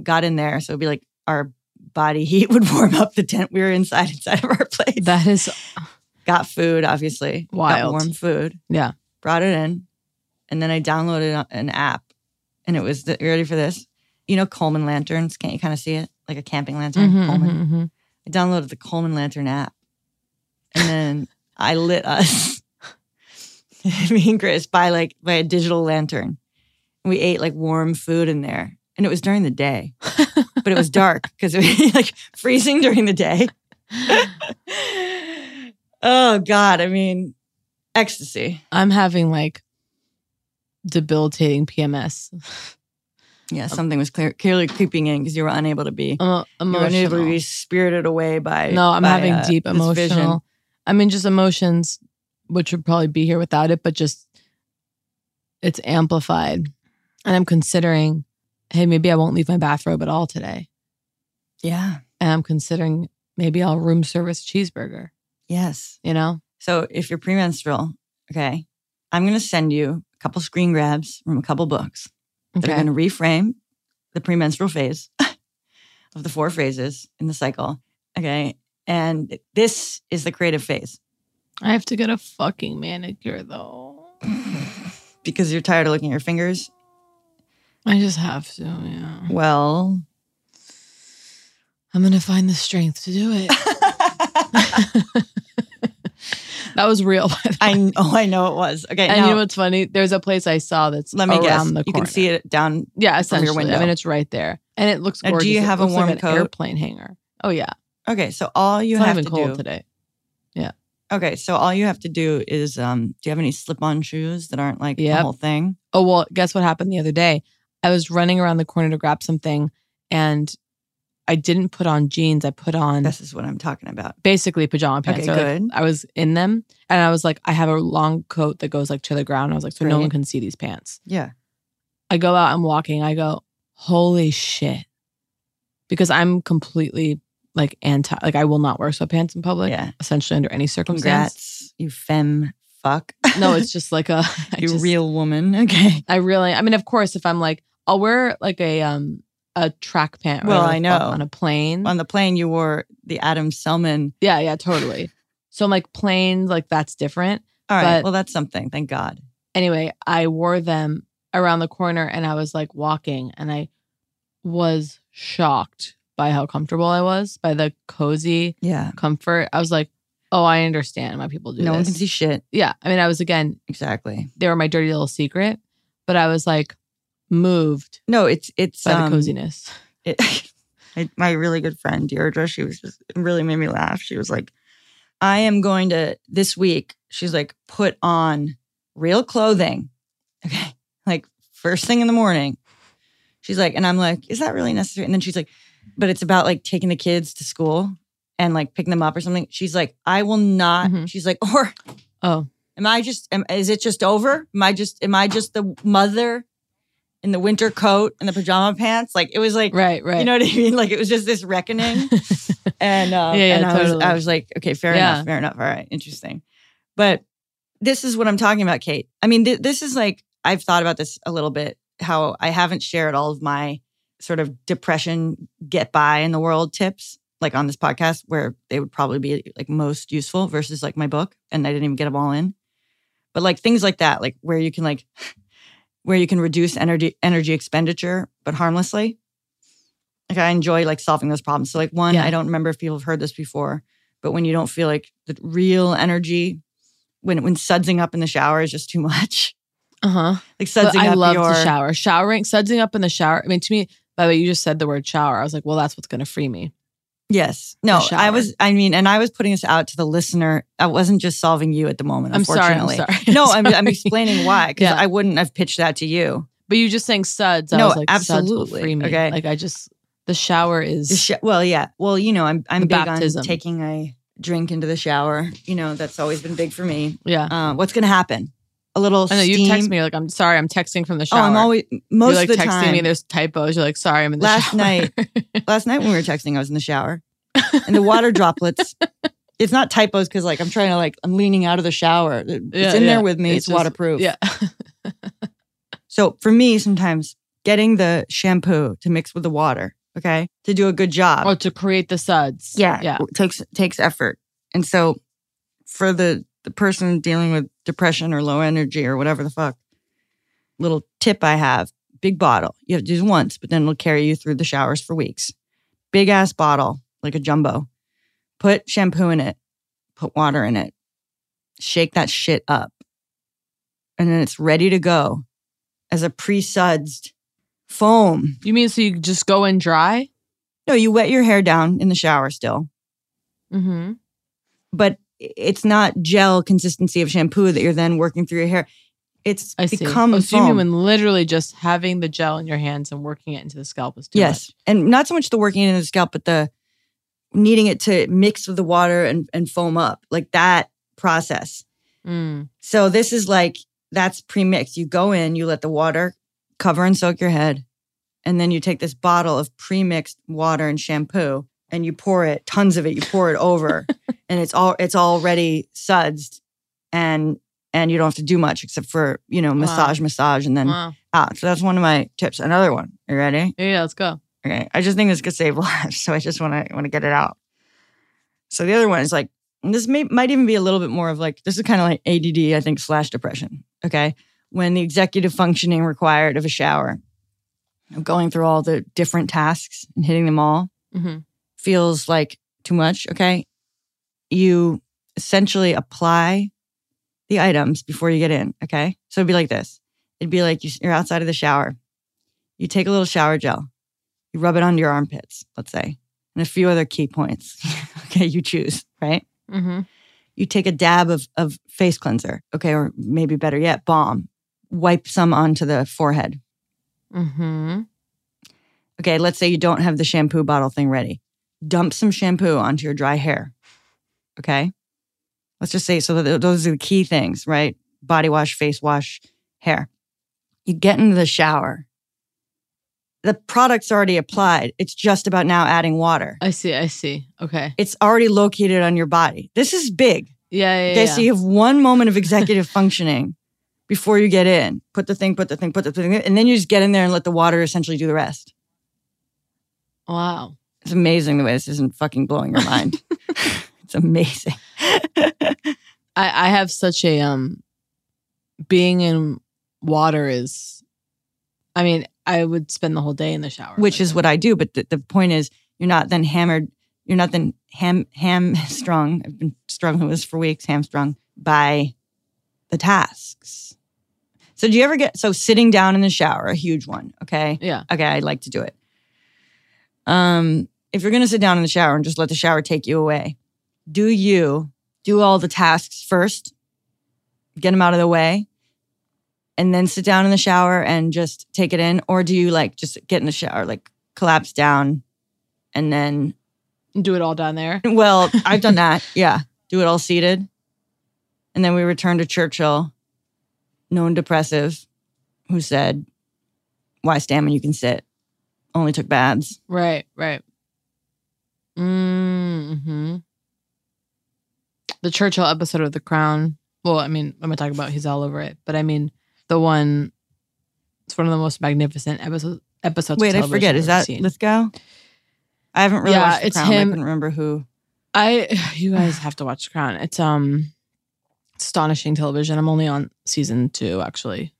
Speaker 2: got in there. So it'd be like our body heat would warm up the tent we were inside, inside of our place.
Speaker 1: That is
Speaker 2: got food, obviously. Got
Speaker 1: Wild.
Speaker 2: warm food.
Speaker 1: Yeah.
Speaker 2: Brought it in. And then I downloaded an app and it was the, you ready for this? You know Coleman lanterns? Can't you kind of see it? Like a camping lantern?
Speaker 1: mhm,
Speaker 2: Coleman.
Speaker 1: mhm, mhm.
Speaker 2: I downloaded the Coleman lantern app. And then I lit us, me and Chris, by like by a digital lantern. We ate like warm food in there. And it was during the day, but it was dark because it was like freezing during the day. oh God. I mean, ecstasy.
Speaker 1: I'm having like debilitating PMS. Um,
Speaker 2: Yeah, something was clear, clearly creeping in because you were unable to be
Speaker 1: Emo-
Speaker 2: you were unable to
Speaker 1: emotional.
Speaker 2: be spirited away by
Speaker 1: No, I'm
Speaker 2: by,
Speaker 1: having
Speaker 2: uh,
Speaker 1: deep
Speaker 2: this vision.
Speaker 1: emotional. I mean, just emotions, which would probably be here without it, but just it's amplified. And I'm considering, hey, maybe I won't leave my bathrobe at all today.
Speaker 2: Yeah.
Speaker 1: And I'm considering maybe I'll room service cheeseburger,
Speaker 2: Yes.
Speaker 1: you know?
Speaker 2: So if you're premenstrual, okay, I'm going to send you a couple screen grabs from a couple books that are
Speaker 1: Okay.
Speaker 2: going to reframe the premenstrual phase of the four phases in the cycle. Okay. And this is the creative phase
Speaker 1: I have to get a fucking manicure though.
Speaker 2: because you're tired of looking at your fingers.
Speaker 1: I just have to, yeah.
Speaker 2: Well,
Speaker 1: I'm gonna find the strength to do it. that was real. By the
Speaker 2: I know, I know it was. Okay.
Speaker 1: and
Speaker 2: now,
Speaker 1: you know what's funny? There's a place I saw that's
Speaker 2: let me
Speaker 1: around
Speaker 2: guess.
Speaker 1: the corner.
Speaker 2: You can see it down.
Speaker 1: Yeah,
Speaker 2: from
Speaker 1: essentially.
Speaker 2: your window.
Speaker 1: I mean, it's right there, and it looks
Speaker 2: Now, do
Speaker 1: gorgeous.
Speaker 2: you have
Speaker 1: it
Speaker 2: a
Speaker 1: looks like
Speaker 2: warm
Speaker 1: an
Speaker 2: coat?
Speaker 1: airplane hanger. Oh yeah,
Speaker 2: Okay. So all you
Speaker 1: it's not
Speaker 2: have
Speaker 1: even
Speaker 2: to
Speaker 1: cold
Speaker 2: do.
Speaker 1: today.
Speaker 2: Okay. So all you have to do is um, do you have any slip on shoes that aren't like
Speaker 1: Yep.
Speaker 2: the whole thing?
Speaker 1: Oh well, guess what happened the other day? I was running around the corner to grab something, and I didn't put on jeans. I put on
Speaker 2: This is what I'm talking about.
Speaker 1: basically pajama pants.
Speaker 2: Okay,
Speaker 1: They're, like,
Speaker 2: good.
Speaker 1: I was in them, and I was like, I have a long coat that goes like to the ground. I was like, so no one
Speaker 2: Great.
Speaker 1: can see these pants.
Speaker 2: Yeah.
Speaker 1: I go out, I'm walking, I go, holy shit. Because I'm completely like anti, like I will not wear sweatpants in public,
Speaker 2: Yeah.
Speaker 1: essentially under any circumstance.
Speaker 2: Congrats, you femme fuck.
Speaker 1: No, it's just like a, I
Speaker 2: you
Speaker 1: just-
Speaker 2: real woman. Okay.
Speaker 1: I really, I mean, of course, if I'm like, I'll wear like a, um, a track pant. or
Speaker 2: Well,
Speaker 1: whatever
Speaker 2: I
Speaker 1: the fuck
Speaker 2: know.
Speaker 1: On a plane.
Speaker 2: On the plane, you wore the Adam Selman.
Speaker 1: yeah, yeah, totally. So I'm like, planes, like that's different.
Speaker 2: All right.
Speaker 1: But-
Speaker 2: well, that's something. Thank God.
Speaker 1: anyway, I wore them around the corner and I was like walking and I was shocked by how comfortable I was, by the cozy
Speaker 2: Yeah.
Speaker 1: comfort. I was like, oh, I understand why people do
Speaker 2: No one
Speaker 1: this.
Speaker 2: can see shit.
Speaker 1: yeah. I mean, I was again,
Speaker 2: Exactly.
Speaker 1: they were my dirty little secret, but I was like moved
Speaker 2: No, it's it's
Speaker 1: by
Speaker 2: um,
Speaker 1: the coziness.
Speaker 2: it, I- my really good friend Deirdre, she was just it really made me laugh. She was like, "I am going to this week." She's like, "Put on real clothing." Okay, like first thing in the morning. She's like, and I'm like, "Is that really necessary?" And then she's like, "But it's about like taking the kids to school and like picking them up or something." She's like, "I will not."
Speaker 1: Mhm.
Speaker 2: She's like, "Or
Speaker 1: Oh,
Speaker 2: Am I just? Am, is it just over? Am I just? Am I just the mother in the winter coat and the pajama pants? Like it was like,
Speaker 1: right, right.
Speaker 2: you know what I mean? Like it was just this reckoning. and uh,
Speaker 1: Yeah, yeah,
Speaker 2: and I was,
Speaker 1: totally.
Speaker 2: I was like, okay, fair
Speaker 1: Yeah.
Speaker 2: enough, fair enough. All right, interesting. But this is what I'm talking about, Kate. I mean, th- this is like I've thought about this a little bit. How I haven't shared all of my sort of depression get by in the world tips like on this podcast where they would probably be like most useful versus like my book and I didn't even get them all in. But like things like that, like where you can like where you can reduce energy energy expenditure but harmlessly. Like I enjoy like solving those problems. So like one,
Speaker 1: Yeah.
Speaker 2: I don't remember if people have heard this before, but when you don't feel like the real energy when when sudsing up in the shower is just too much.
Speaker 1: Uh huh.
Speaker 2: Like sudsing
Speaker 1: I
Speaker 2: up
Speaker 1: love
Speaker 2: your
Speaker 1: the shower. Showering, sudsing up in the shower. I mean, to me, by the way, you just said the word shower. I was like, well, that's what's going to free me.
Speaker 2: Yes. No,
Speaker 1: The
Speaker 2: I
Speaker 1: shower.
Speaker 2: was I mean, and I was putting this out to the listener. I wasn't just solving you at the moment,
Speaker 1: I'm sorry. I'm
Speaker 2: unfortunately.
Speaker 1: sorry.
Speaker 2: No, I'm, I'm
Speaker 1: sorry.
Speaker 2: explaining why because
Speaker 1: Yeah.
Speaker 2: I wouldn't have pitched that to you.
Speaker 1: But you just saying suds. I
Speaker 2: No,
Speaker 1: was like, suds will
Speaker 2: absolutely.
Speaker 1: free me.
Speaker 2: Okay.
Speaker 1: Like I just the shower is
Speaker 2: The sho- well, yeah. Well, you know, I'm I'm
Speaker 1: The
Speaker 2: big
Speaker 1: baptism.
Speaker 2: on taking a drink into the shower. You know, that's always been big for me.
Speaker 1: yeah.
Speaker 2: Uh, what's going to happen? A little.
Speaker 1: I know you
Speaker 2: steam.
Speaker 1: text me you're like I'm sorry. I'm texting from the shower.
Speaker 2: Oh, I'm always most
Speaker 1: You're like
Speaker 2: of the
Speaker 1: texting
Speaker 2: time.
Speaker 1: me. There's typos. You're like sorry. I'm in the
Speaker 2: Last
Speaker 1: shower.
Speaker 2: night- last night when we were texting, I was in the shower and the water droplets. It's not typos because like I'm trying to like I'm leaning out of the shower. It's
Speaker 1: Yeah,
Speaker 2: in
Speaker 1: yeah.
Speaker 2: there with me. It's,
Speaker 1: just-
Speaker 2: waterproof.
Speaker 1: Yeah.
Speaker 2: So for me, sometimes getting the shampoo to mix with the water, okay, to do a good job.
Speaker 1: or Oh, to create the suds.
Speaker 2: yeah,
Speaker 1: Yeah.
Speaker 2: takes takes effort. And so for the the person dealing with depression or low energy or whatever the fuck, little tip I have: big bottle. You have to do it once, but then it'll carry you through the showers for weeks. Big ass bottle, like a jumbo. Put shampoo in it. Put water in it. Shake that shit up, and then it's ready to go as a pre-sudsed foam.
Speaker 1: You mean so you just go in dry?
Speaker 2: No, you wet your hair down in the shower still.
Speaker 1: Mm-hmm.
Speaker 2: but it's not gel consistency of shampoo that you're then working through your hair. It's
Speaker 1: I see.
Speaker 2: become
Speaker 1: oh, so you mean
Speaker 2: foam.
Speaker 1: when literally just having the gel in your hands and working it into the scalp is too
Speaker 2: yes, and not so much the working in the scalp, but the needing it to mix with the water and and foam up like that process.
Speaker 1: much. Mm.
Speaker 2: So this is like that's pre-mixed. You go in, you let the water cover and soak your head, and then you take this bottle of pre-mixed water and shampoo and you pour it, tons of it, you pour it over, and it's all it's already sudsed and and you don't have to do much except for, you know, massage, massage, and then
Speaker 1: Wow.
Speaker 2: out. So that's one of my tips. Another one. You ready?
Speaker 1: Yeah, let's go.
Speaker 2: Okay. I just think this could save lives. So I just want to want to get it out. So the other one is like, and this may might even be a little bit more of like this is kind of like ADD, I think, slash depression. Okay. When the executive functioning required of a shower, of going through all the different tasks and hitting them all
Speaker 1: Mm-hmm.
Speaker 2: feels like too much. Okay. You essentially apply the items before you get in. Okay. So it'd be like this it'd be like you- you're outside of the shower. You take a little shower gel, you rub it onto your armpits, let's say, and a few other key points. okay. You choose, right?
Speaker 1: Mm-hmm.
Speaker 2: You take a dab of, of face cleanser. Okay. Or maybe better yet, balm. Wipe some onto the forehead.
Speaker 1: Mm-hmm.
Speaker 2: Okay, let's say you don't have the shampoo bottle thing ready. Dump some shampoo onto your dry hair. Okay. Let's just say so that those are the key things, right? Body wash, face wash, hair. You get into the shower. The product's already applied. It's just about now adding water.
Speaker 1: I see. I see. Okay.
Speaker 2: It's already located on your body. This is big.
Speaker 1: Yeah. Yeah.
Speaker 2: Okay,
Speaker 1: yeah.
Speaker 2: so you have one moment of executive functioning before you get in. Put the thing, put the thing, put the thing, and then you just get in there and let the water essentially do the rest.
Speaker 1: Wow.
Speaker 2: It's amazing the way this isn't fucking blowing your mind. it's amazing.
Speaker 1: I I have such a um, being in water is, I mean, I would spend the whole day in the shower,
Speaker 2: Which is what I do. But the, the point is, you're not then hammered. You're not then ham hamstrung. I've been struggling with this for weeks. Hamstrung by the tasks. So do you ever get so sitting down in the shower? A huge one. Okay.
Speaker 1: Yeah.
Speaker 2: Okay. I like to do it. Um, if you're gonna sit down in the shower and just let the shower take you away, do you do all the tasks first, get them out of the way, and then sit down in the shower and just take it in? Or do you like just get in the shower, like collapse down and then,
Speaker 1: do it all down there.
Speaker 2: well, I've done that. Yeah. Do it all seated. And then we return to Churchill, known depressive, who said, Why stand when you can sit? Only took baths.
Speaker 1: Right. Right. Mm-hmm. The Churchill episode of The Crown. Well, I mean, I'm not talking about he's all over it, but I mean the one. It's one of the most magnificent episodes. Episodes. of
Speaker 2: Wait, I
Speaker 1: television
Speaker 2: forget.
Speaker 1: I've
Speaker 2: Is
Speaker 1: ever
Speaker 2: that
Speaker 1: seen.
Speaker 2: Lithgow? I haven't really
Speaker 1: Yeah,
Speaker 2: watched the
Speaker 1: it's
Speaker 2: Crown. I
Speaker 1: him.
Speaker 2: couldn't remember who.
Speaker 1: I you guys have to watch The Crown. It's um astonishing television. I'm only on season 2 actually.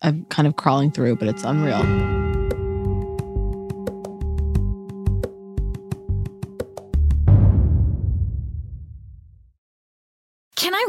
Speaker 1: I'm kind of crawling through, but it's unreal.
Speaker 3: Can I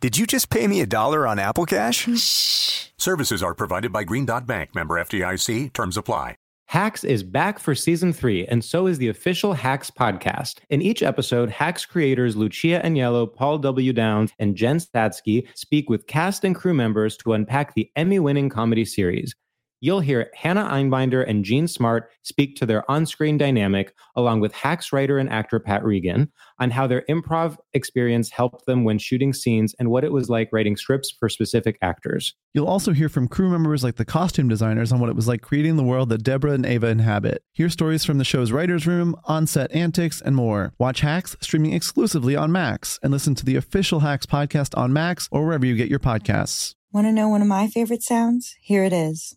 Speaker 4: Did you just pay me a dollar on Apple Cash?
Speaker 5: Services are provided by Green Dot Bank, member FDIC. Terms apply.
Speaker 6: Hacks is back for season three, and so is the official Hacks podcast. In each episode, Hacks creators Lucia Agnello, Paul W. Downs, and Jen Statsky speak with cast and crew members to unpack the Emmy winning comedy series. You'll hear Hannah Einbinder and Gene Smart speak to their on screen dynamic, along with Hacks writer and actor Pat Regan, on how their improv experience helped them when shooting scenes and what it was like writing scripts for specific actors.
Speaker 7: You'll also hear from crew members like the costume designers on what it was like creating the world that Deborah and Ava inhabit. Hear stories from the show's writer's room, on set antics, and more. Watch Hacks streaming exclusively on Max and listen to the official Hacks podcast on Max or wherever you get your podcasts.
Speaker 8: Want to know one of my favorite sounds? Here it is.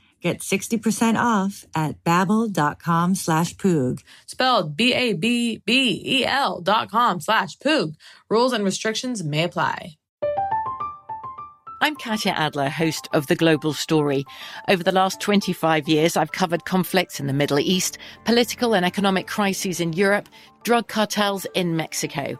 Speaker 9: Get 60% off at babbel.com slash poog.
Speaker 1: Spelled B-A-B-B-E-L E dot com slash poog. Rules and restrictions may apply.
Speaker 10: I'm Katya Adler, host of The Global Story. Over the last 25 years, I've covered conflicts in the Middle East, political and economic crises in Europe, drug cartels in Mexico.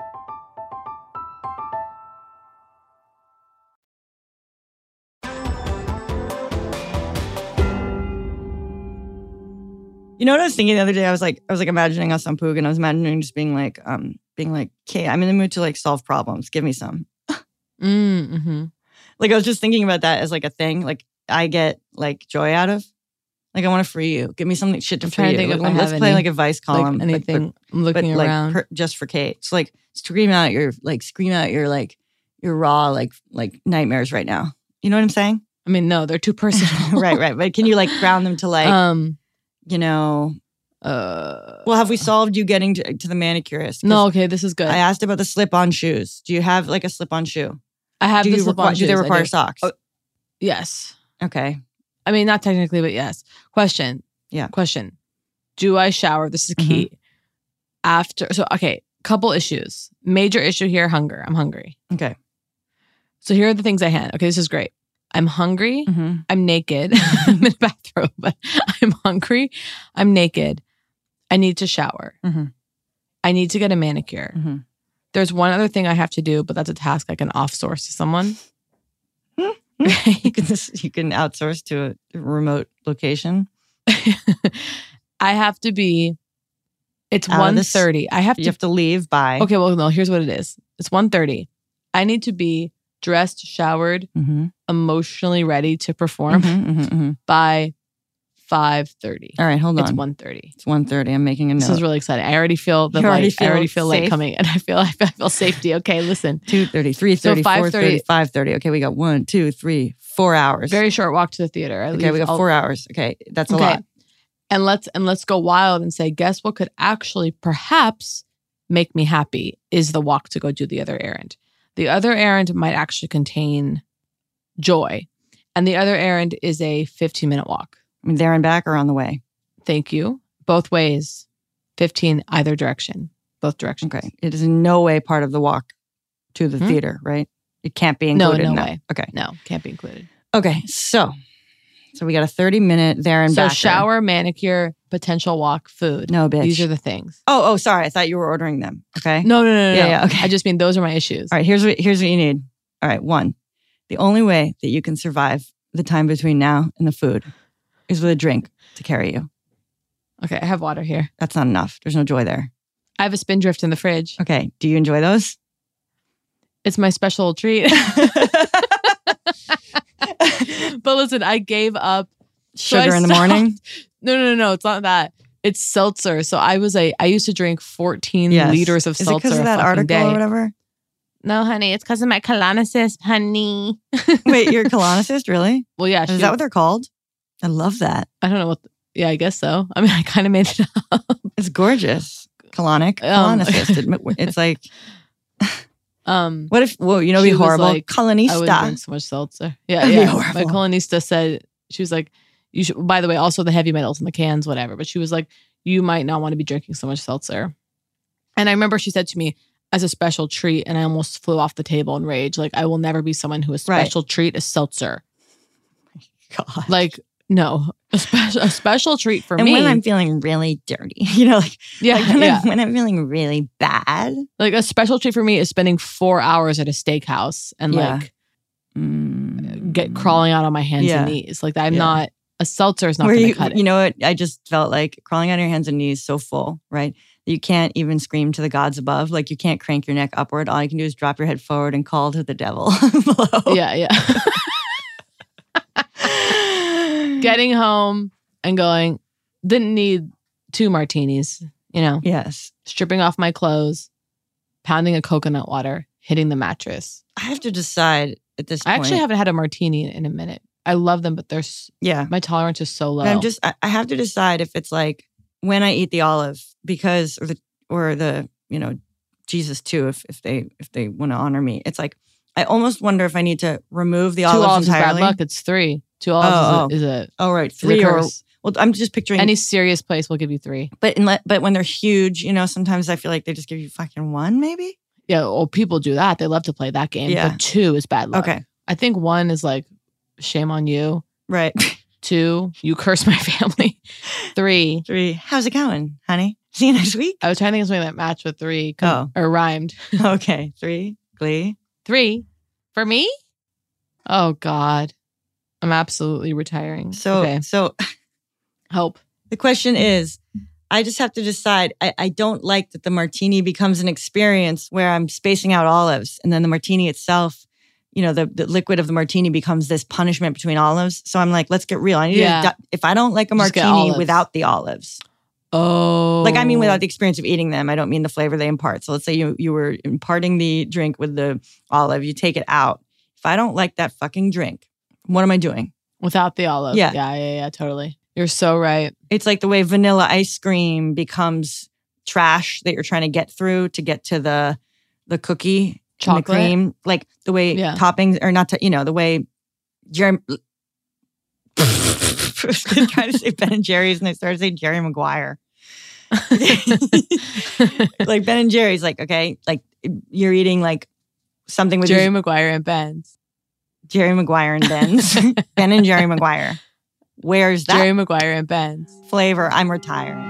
Speaker 2: You know what I was thinking the other day? I was like, I was like imagining us on Poog, and I was imagining just being like, um, being like, okay, I'm in the mood to like solve problems. Give me some.
Speaker 1: Mm-hmm.
Speaker 2: Like I was just thinking about that as like a thing. Like I get like joy out of. Like I want to free you. Give me something shit to
Speaker 1: I'm
Speaker 2: free
Speaker 1: trying
Speaker 2: you.
Speaker 1: to think
Speaker 2: like,
Speaker 1: if I
Speaker 2: let's
Speaker 1: have
Speaker 2: play
Speaker 1: any-
Speaker 2: like a vice column.
Speaker 1: like
Speaker 2: like, for-
Speaker 1: anything. I'm looking
Speaker 2: Um, but like
Speaker 1: around.
Speaker 2: per- just for Kate. So like scream out your like scream out your like your raw like like nightmares right now. You know what I'm saying?
Speaker 1: I mean, no, they're too personal.
Speaker 2: right, right. But can you like ground them to like
Speaker 1: um.
Speaker 2: you know?
Speaker 1: Uh.
Speaker 2: Well, have we solved you getting to, to the manicurist? 'Cause
Speaker 1: No. Okay. This is good.
Speaker 2: I
Speaker 1: I,
Speaker 2: asked about the slip-on shoes. Do you have like a slip-on shoe?
Speaker 1: have
Speaker 2: do
Speaker 1: this
Speaker 2: you
Speaker 1: slip
Speaker 2: require-
Speaker 1: on
Speaker 2: do they
Speaker 1: shoes. I
Speaker 2: require
Speaker 1: do.
Speaker 2: socks?
Speaker 1: Oh. Yes.
Speaker 2: Okay.
Speaker 1: I mean, not technically, but yes. Question.
Speaker 2: Yeah. Mm-hmm.
Speaker 1: Question. Do I shower? This is key. After. So okay. Couple issues. Major issue here. Hunger. I'm hungry.
Speaker 2: Okay.
Speaker 1: So here are the things I had. Okay. This is great. I'm hungry.
Speaker 2: Mm-hmm.
Speaker 1: I'm naked. I'm in a bathrobe, but I'm hungry. I'm naked. I need to shower.
Speaker 2: Mhm.
Speaker 1: I need to get a manicure.
Speaker 2: Mhm.
Speaker 1: There's one other thing I have to do, but that's a task I can offsource to someone.
Speaker 2: Hmm.
Speaker 1: Okay.
Speaker 2: You can just, you can outsource to a remote location.
Speaker 1: I have to be. It's
Speaker 2: Out of
Speaker 1: one
Speaker 2: this-
Speaker 1: thirty. I have
Speaker 2: You
Speaker 1: to.
Speaker 2: have to leave by.
Speaker 1: okay, well, no. Here's what it is. It's one thirty. I need to be dressed, showered,
Speaker 2: Mm-hmm.
Speaker 1: emotionally ready to perform by five thirty.
Speaker 2: right, hold
Speaker 1: It's
Speaker 2: on.
Speaker 1: one thirty.
Speaker 2: It's 1.30. I'm making a
Speaker 1: This
Speaker 2: note.
Speaker 1: is really exciting. I already feel the
Speaker 2: You already
Speaker 1: light. I already
Speaker 2: feel
Speaker 1: feel light
Speaker 2: safe.
Speaker 1: coming, and I feel I feel, I feel safety. Okay, listen.
Speaker 2: 2.30, 3.30,
Speaker 1: 5:30.
Speaker 2: 4.30, 5.30. Okay, we got one, two, three, four hours.
Speaker 1: Very short walk to the theater. I
Speaker 2: okay, we
Speaker 1: leave
Speaker 2: got
Speaker 1: all-
Speaker 2: four hours. Okay, that's a
Speaker 1: Okay.
Speaker 2: lot.
Speaker 1: And let's and let's go wild and say, guess what could actually perhaps make me happy is the walk to go do the other errand. The other errand might actually contain joy, and the other errand is a fifteen minute walk.
Speaker 2: I mean, there and back are on the way.
Speaker 1: Thank you. both ways, 15 either direction, both directions.
Speaker 2: Okay. It is in no way part of the walk to the
Speaker 1: Hmm?
Speaker 2: theater, right? It can't be
Speaker 1: No,
Speaker 2: included.
Speaker 1: no
Speaker 2: in that.
Speaker 1: way.
Speaker 2: Okay.
Speaker 1: No, can't be included.
Speaker 2: Okay. So, so we got a 30 minute there and
Speaker 1: so
Speaker 2: back.
Speaker 1: shower, manicure, potential walk, food.
Speaker 2: No, bitch.
Speaker 1: These are the things.
Speaker 2: oh, oh, sorry. I thought you were ordering them. Okay.
Speaker 1: No, no, no, no.
Speaker 2: Yeah,
Speaker 1: no.
Speaker 2: yeah, okay.
Speaker 1: I just mean those are my issues.
Speaker 2: All right, here's what here's what you need. All right, one. The only way that you can survive the time between now and the food is with a drink to carry you.
Speaker 1: Okay, I have water here.
Speaker 2: That's not enough. There's no joy there.
Speaker 1: I have a spindrift in the fridge.
Speaker 2: Okay. Do you enjoy those?
Speaker 1: It's my special treat. but listen, I gave up So I
Speaker 2: Sugar in the morning?
Speaker 1: No, no, no, no. It's not that. It's seltzer. So I was a. I used to drink 14
Speaker 2: Yes.
Speaker 1: liters of
Speaker 2: Is it
Speaker 1: seltzer
Speaker 2: because
Speaker 1: a
Speaker 2: of that
Speaker 1: fucking
Speaker 2: article
Speaker 1: day.
Speaker 2: or whatever?
Speaker 1: No, honey, it's because of my colonicist, honey.
Speaker 2: Wait, you're a colonicist, really?
Speaker 1: well, yeah.
Speaker 2: Is
Speaker 1: she-
Speaker 2: that what they're called? I love that.
Speaker 1: I don't know what. yeah, I guess so. I mean, I kind of made it up.
Speaker 2: It's gorgeous. Colonic,
Speaker 1: Um,
Speaker 2: colonicist. Admit- it's like
Speaker 1: Um,
Speaker 2: what if? Whoa, you know,
Speaker 1: She
Speaker 2: it'd be
Speaker 1: was
Speaker 2: horrible.
Speaker 1: like, I would
Speaker 2: Colonista.
Speaker 1: drink so much seltzer. Yeah,
Speaker 2: That'd be
Speaker 1: yeah. My
Speaker 2: horrible.
Speaker 1: colonista said she was like, "You should." By the way, also the heavy metals in the cans, whatever. But she was like, "You might not want to be drinking so much seltzer." And I remember she said to me as a special treat, and I almost flew off the table in rage. Like, I will never be someone who a
Speaker 2: Right.
Speaker 1: special treat is seltzer.
Speaker 2: God.
Speaker 1: Like, no, a special a special treat for
Speaker 2: and
Speaker 1: me.
Speaker 2: when I'm feeling really dirty, you know, like
Speaker 1: yeah,
Speaker 2: Like when,
Speaker 1: yeah.
Speaker 2: I'm, when I'm feeling really bad.
Speaker 1: like a special treat for me is spending four hours at a steakhouse and
Speaker 2: Yeah.
Speaker 1: like get
Speaker 2: mm,
Speaker 1: crawling out on my hands
Speaker 2: Yeah.
Speaker 1: and knees. Like I'm
Speaker 2: Yeah.
Speaker 1: not a seltzer is not
Speaker 2: Where
Speaker 1: going
Speaker 2: you,
Speaker 1: to cut it.
Speaker 2: you know what? I just felt like crawling on your hands and knees, so full, right? that You can't even scream to the gods above. Like you can't crank your neck upward. All you can do is drop your head forward and call to the devil below.
Speaker 1: yeah, yeah. Getting home and going didn't need two martinis. You know,
Speaker 2: Yes.
Speaker 1: stripping off my clothes, pounding a coconut water, hitting the mattress.
Speaker 2: I have to decide at this
Speaker 1: I
Speaker 2: point.
Speaker 1: actually haven't had a martini in a minute. I love them, but they're s-
Speaker 2: Yeah.
Speaker 1: my tolerance is so low.
Speaker 2: But I'm just, I, I have to decide if it's like when I eat the olive because, or the, or the, you know, Jesus too, if, if they, if they want to honor me, it's like, I almost wonder if I need to remove the
Speaker 1: two
Speaker 2: olives,
Speaker 1: olives is bad
Speaker 2: entirely.
Speaker 1: luck. It's three. Two olives
Speaker 2: Oh,
Speaker 1: is, a, is a
Speaker 2: Oh, right.
Speaker 1: is a
Speaker 2: Three or,
Speaker 1: curse.
Speaker 2: well, I'm just picturing
Speaker 1: Any serious place will give you three.
Speaker 2: but in, but when they're huge, you know, sometimes I feel like they just give you fucking one, maybe.
Speaker 1: Yeah, well, people do that. They love to play that game.
Speaker 2: Yeah.
Speaker 1: But two is bad luck.
Speaker 2: Okay,
Speaker 1: I think one is like, shame on you.
Speaker 2: right.
Speaker 1: Two, you curse my family. three,
Speaker 2: Three. How's it going, honey? See you next week. Oh,
Speaker 1: I was trying to think of something that matched with three com- or rhymed.
Speaker 2: okay, three. Glee.
Speaker 1: Three for me? Oh, God. I'm absolutely retiring.
Speaker 2: So
Speaker 1: okay.
Speaker 2: so
Speaker 1: help.
Speaker 2: the question is, I just have to decide. I, I don't like that the martini becomes an experience where I'm spacing out olives, and then the martini itself. You know, the, the liquid of the martini becomes this punishment between olives. So I'm like, let's get real. I need
Speaker 1: Yeah.
Speaker 2: to, di- if I don't like a
Speaker 1: Just get
Speaker 2: martini
Speaker 1: olives.
Speaker 2: without the olives,
Speaker 1: Oh.
Speaker 2: Like I mean, without the experience of eating them, I don't mean the flavor they impart. So let's say you you were imparting the drink with the olive, you take it out. If I don't like that fucking drink, what am I doing?
Speaker 1: Without the olive.
Speaker 2: Yeah.
Speaker 1: Yeah, yeah, yeah, totally. You're so right.
Speaker 2: It's like the way vanilla ice cream becomes trash that you're trying to get through to get to the the cookie and the
Speaker 1: Chocolate.
Speaker 2: cream, like the way
Speaker 1: Yeah.
Speaker 2: toppings or not to you know the way Jerry. I was gonna try to say Ben and Jerry's, and I started saying Jerry Maguire. like Ben and Jerry's, like okay, like you're eating like something with
Speaker 1: Jerry
Speaker 2: Jerry,
Speaker 1: Maguire and Ben's.
Speaker 2: Jerry Maguire and Ben's, Ben and Jerry Maguire. Where's that
Speaker 1: Jerry Maguire and Ben's.
Speaker 2: flavor? I'm retiring.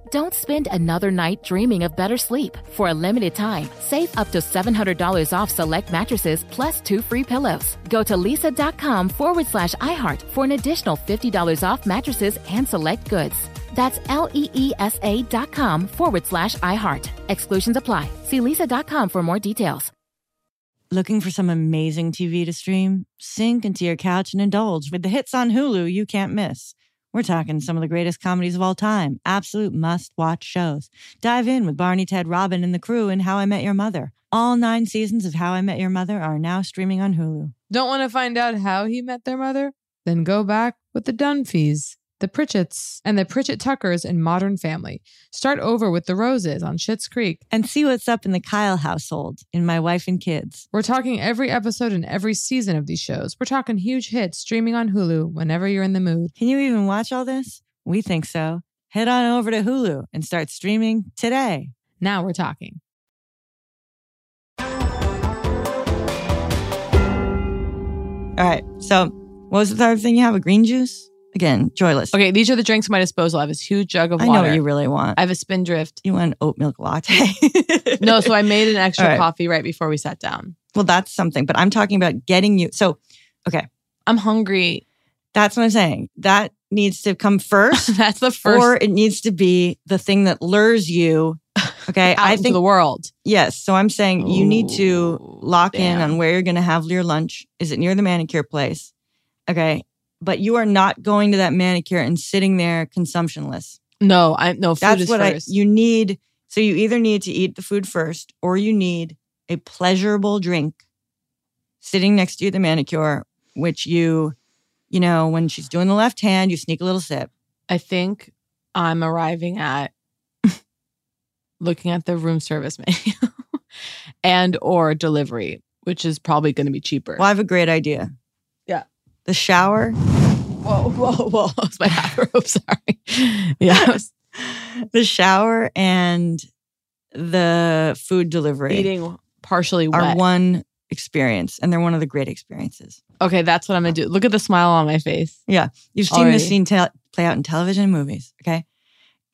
Speaker 11: Don't spend another night dreaming of better sleep. For a limited time, save up to $700 off select mattresses plus two free pillows. Go to lisa.com forward slash iHeart for an additional $50 off mattresses and select goods. That's L E E S A dot com forward slash iHeart. Exclusions apply. See lisa.com for more details.
Speaker 2: Looking for some amazing TV to stream? Sink into your couch and indulge with the hits on Hulu you can't miss. We're talking some of the greatest comedies of all time, absolute must watch shows. Dive in with Barney, Ted, Robin, and the crew in How I Met Your Mother. All nine seasons of How I Met Your Mother are now streaming on Hulu.
Speaker 1: Don't want to find out how he met their mother? Then go back with the Dunphys, the Pritchetts, and the Pritchett Tuckers in Modern Family. Start over with the Roses on Schitt's Creek.
Speaker 2: And see what's up in the Kyle household in My Wife and Kids.
Speaker 1: We're talking every episode and every season of these shows. We're talking huge hits streaming on Hulu whenever you're in the mood.
Speaker 2: Can you even watch all this? We think so. Head on over to Hulu and start streaming today.
Speaker 1: Now we're talking.
Speaker 2: All right. So, what was the third thing you have? A green juice? Again, joyless.
Speaker 1: Okay, these are the drinks at my disposal. I have this huge jug of
Speaker 2: I
Speaker 1: water.
Speaker 2: know what you really want.
Speaker 1: I have a spindrift.
Speaker 2: You want an oat milk latte?
Speaker 1: no, so I made an extra
Speaker 2: All right.
Speaker 1: coffee right before we sat down.
Speaker 2: well, that's something, but I'm talking about getting you. So, okay.
Speaker 1: I'm hungry.
Speaker 2: That's what I'm saying. That needs to come first.
Speaker 1: that's the first.
Speaker 2: Or it needs to be the thing that lures you. Okay.
Speaker 1: Out into the world.
Speaker 2: Yes. So I'm saying you need to lock in
Speaker 1: damn.
Speaker 2: on where you're going to have your lunch. Is it near the manicure place? Okay. But you are not going to that manicure and sitting there consumptionless.
Speaker 1: No, I no food
Speaker 2: That's
Speaker 1: is
Speaker 2: what
Speaker 1: first.
Speaker 2: I you need. So you either need to eat the food first, or you need a pleasurable drink sitting next to you at the manicure, which you, you know, when she's doing the left hand, you sneak a little sip.
Speaker 1: I think I'm arriving at looking at the room service menu and or delivery, which is probably going to be cheaper.
Speaker 2: Well, I have a great idea.
Speaker 1: Yeah.
Speaker 2: The shower.
Speaker 1: Whoa, whoa, whoa! It's my bathrobe. Sorry. Yeah.
Speaker 2: the shower and the food delivery
Speaker 1: Eating partially
Speaker 2: are
Speaker 1: wet.
Speaker 2: one experience, and they're one of the great experiences.
Speaker 1: Okay, that's what I'm gonna do. Look at the smile on my face.
Speaker 2: Yeah, you've seen
Speaker 1: Already.
Speaker 2: this scene tel- play out in television and movies. Okay,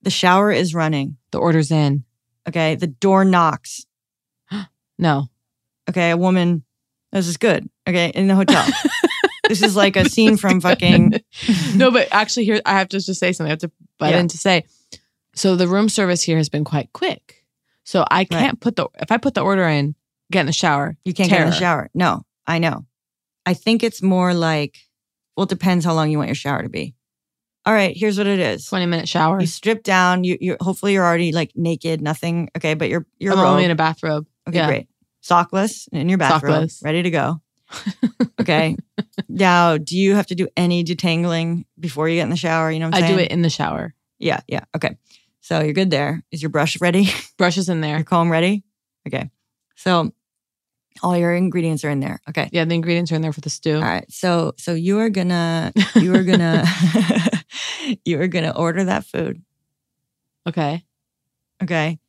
Speaker 2: the shower is running.
Speaker 1: The order's in.
Speaker 2: Okay, the door knocks.
Speaker 1: No.
Speaker 2: Okay, a woman. This is good. Okay, in the hotel. this is like a scene from fucking.
Speaker 1: no, but actually, here I have to just say something. I have to butt
Speaker 2: Yeah.
Speaker 1: in to say. So the room service here has been quite quick. So I can't put the if I put the order in, get in the shower.
Speaker 2: You can't get in the shower. No, I know. I think it's more like. Well, it depends how long you want your shower to be. All right, here's what it is.
Speaker 1: 20 minute shower.
Speaker 2: You strip down. You you hopefully you're already like naked, nothing. Okay, but you're you're
Speaker 1: I'm
Speaker 2: robed.
Speaker 1: only in a bathrobe.
Speaker 2: Okay,
Speaker 1: Yeah.
Speaker 2: great. Sockless in your bathrobe,
Speaker 1: Sockless.
Speaker 2: ready to go. Okay. now, do you have to do any detangling before you get in the shower? You know what I'm
Speaker 1: I
Speaker 2: saying?
Speaker 1: do it in the shower.
Speaker 2: Yeah, yeah. Okay. So you're good there. Is your brush ready?
Speaker 1: Brush is in there.
Speaker 2: your comb ready? Okay. So all your ingredients are in there. Okay.
Speaker 1: Yeah, the ingredients are in there for the stew.
Speaker 2: All right. So so you are gonna you are gonna you are gonna order that food.
Speaker 1: Okay.
Speaker 2: Okay.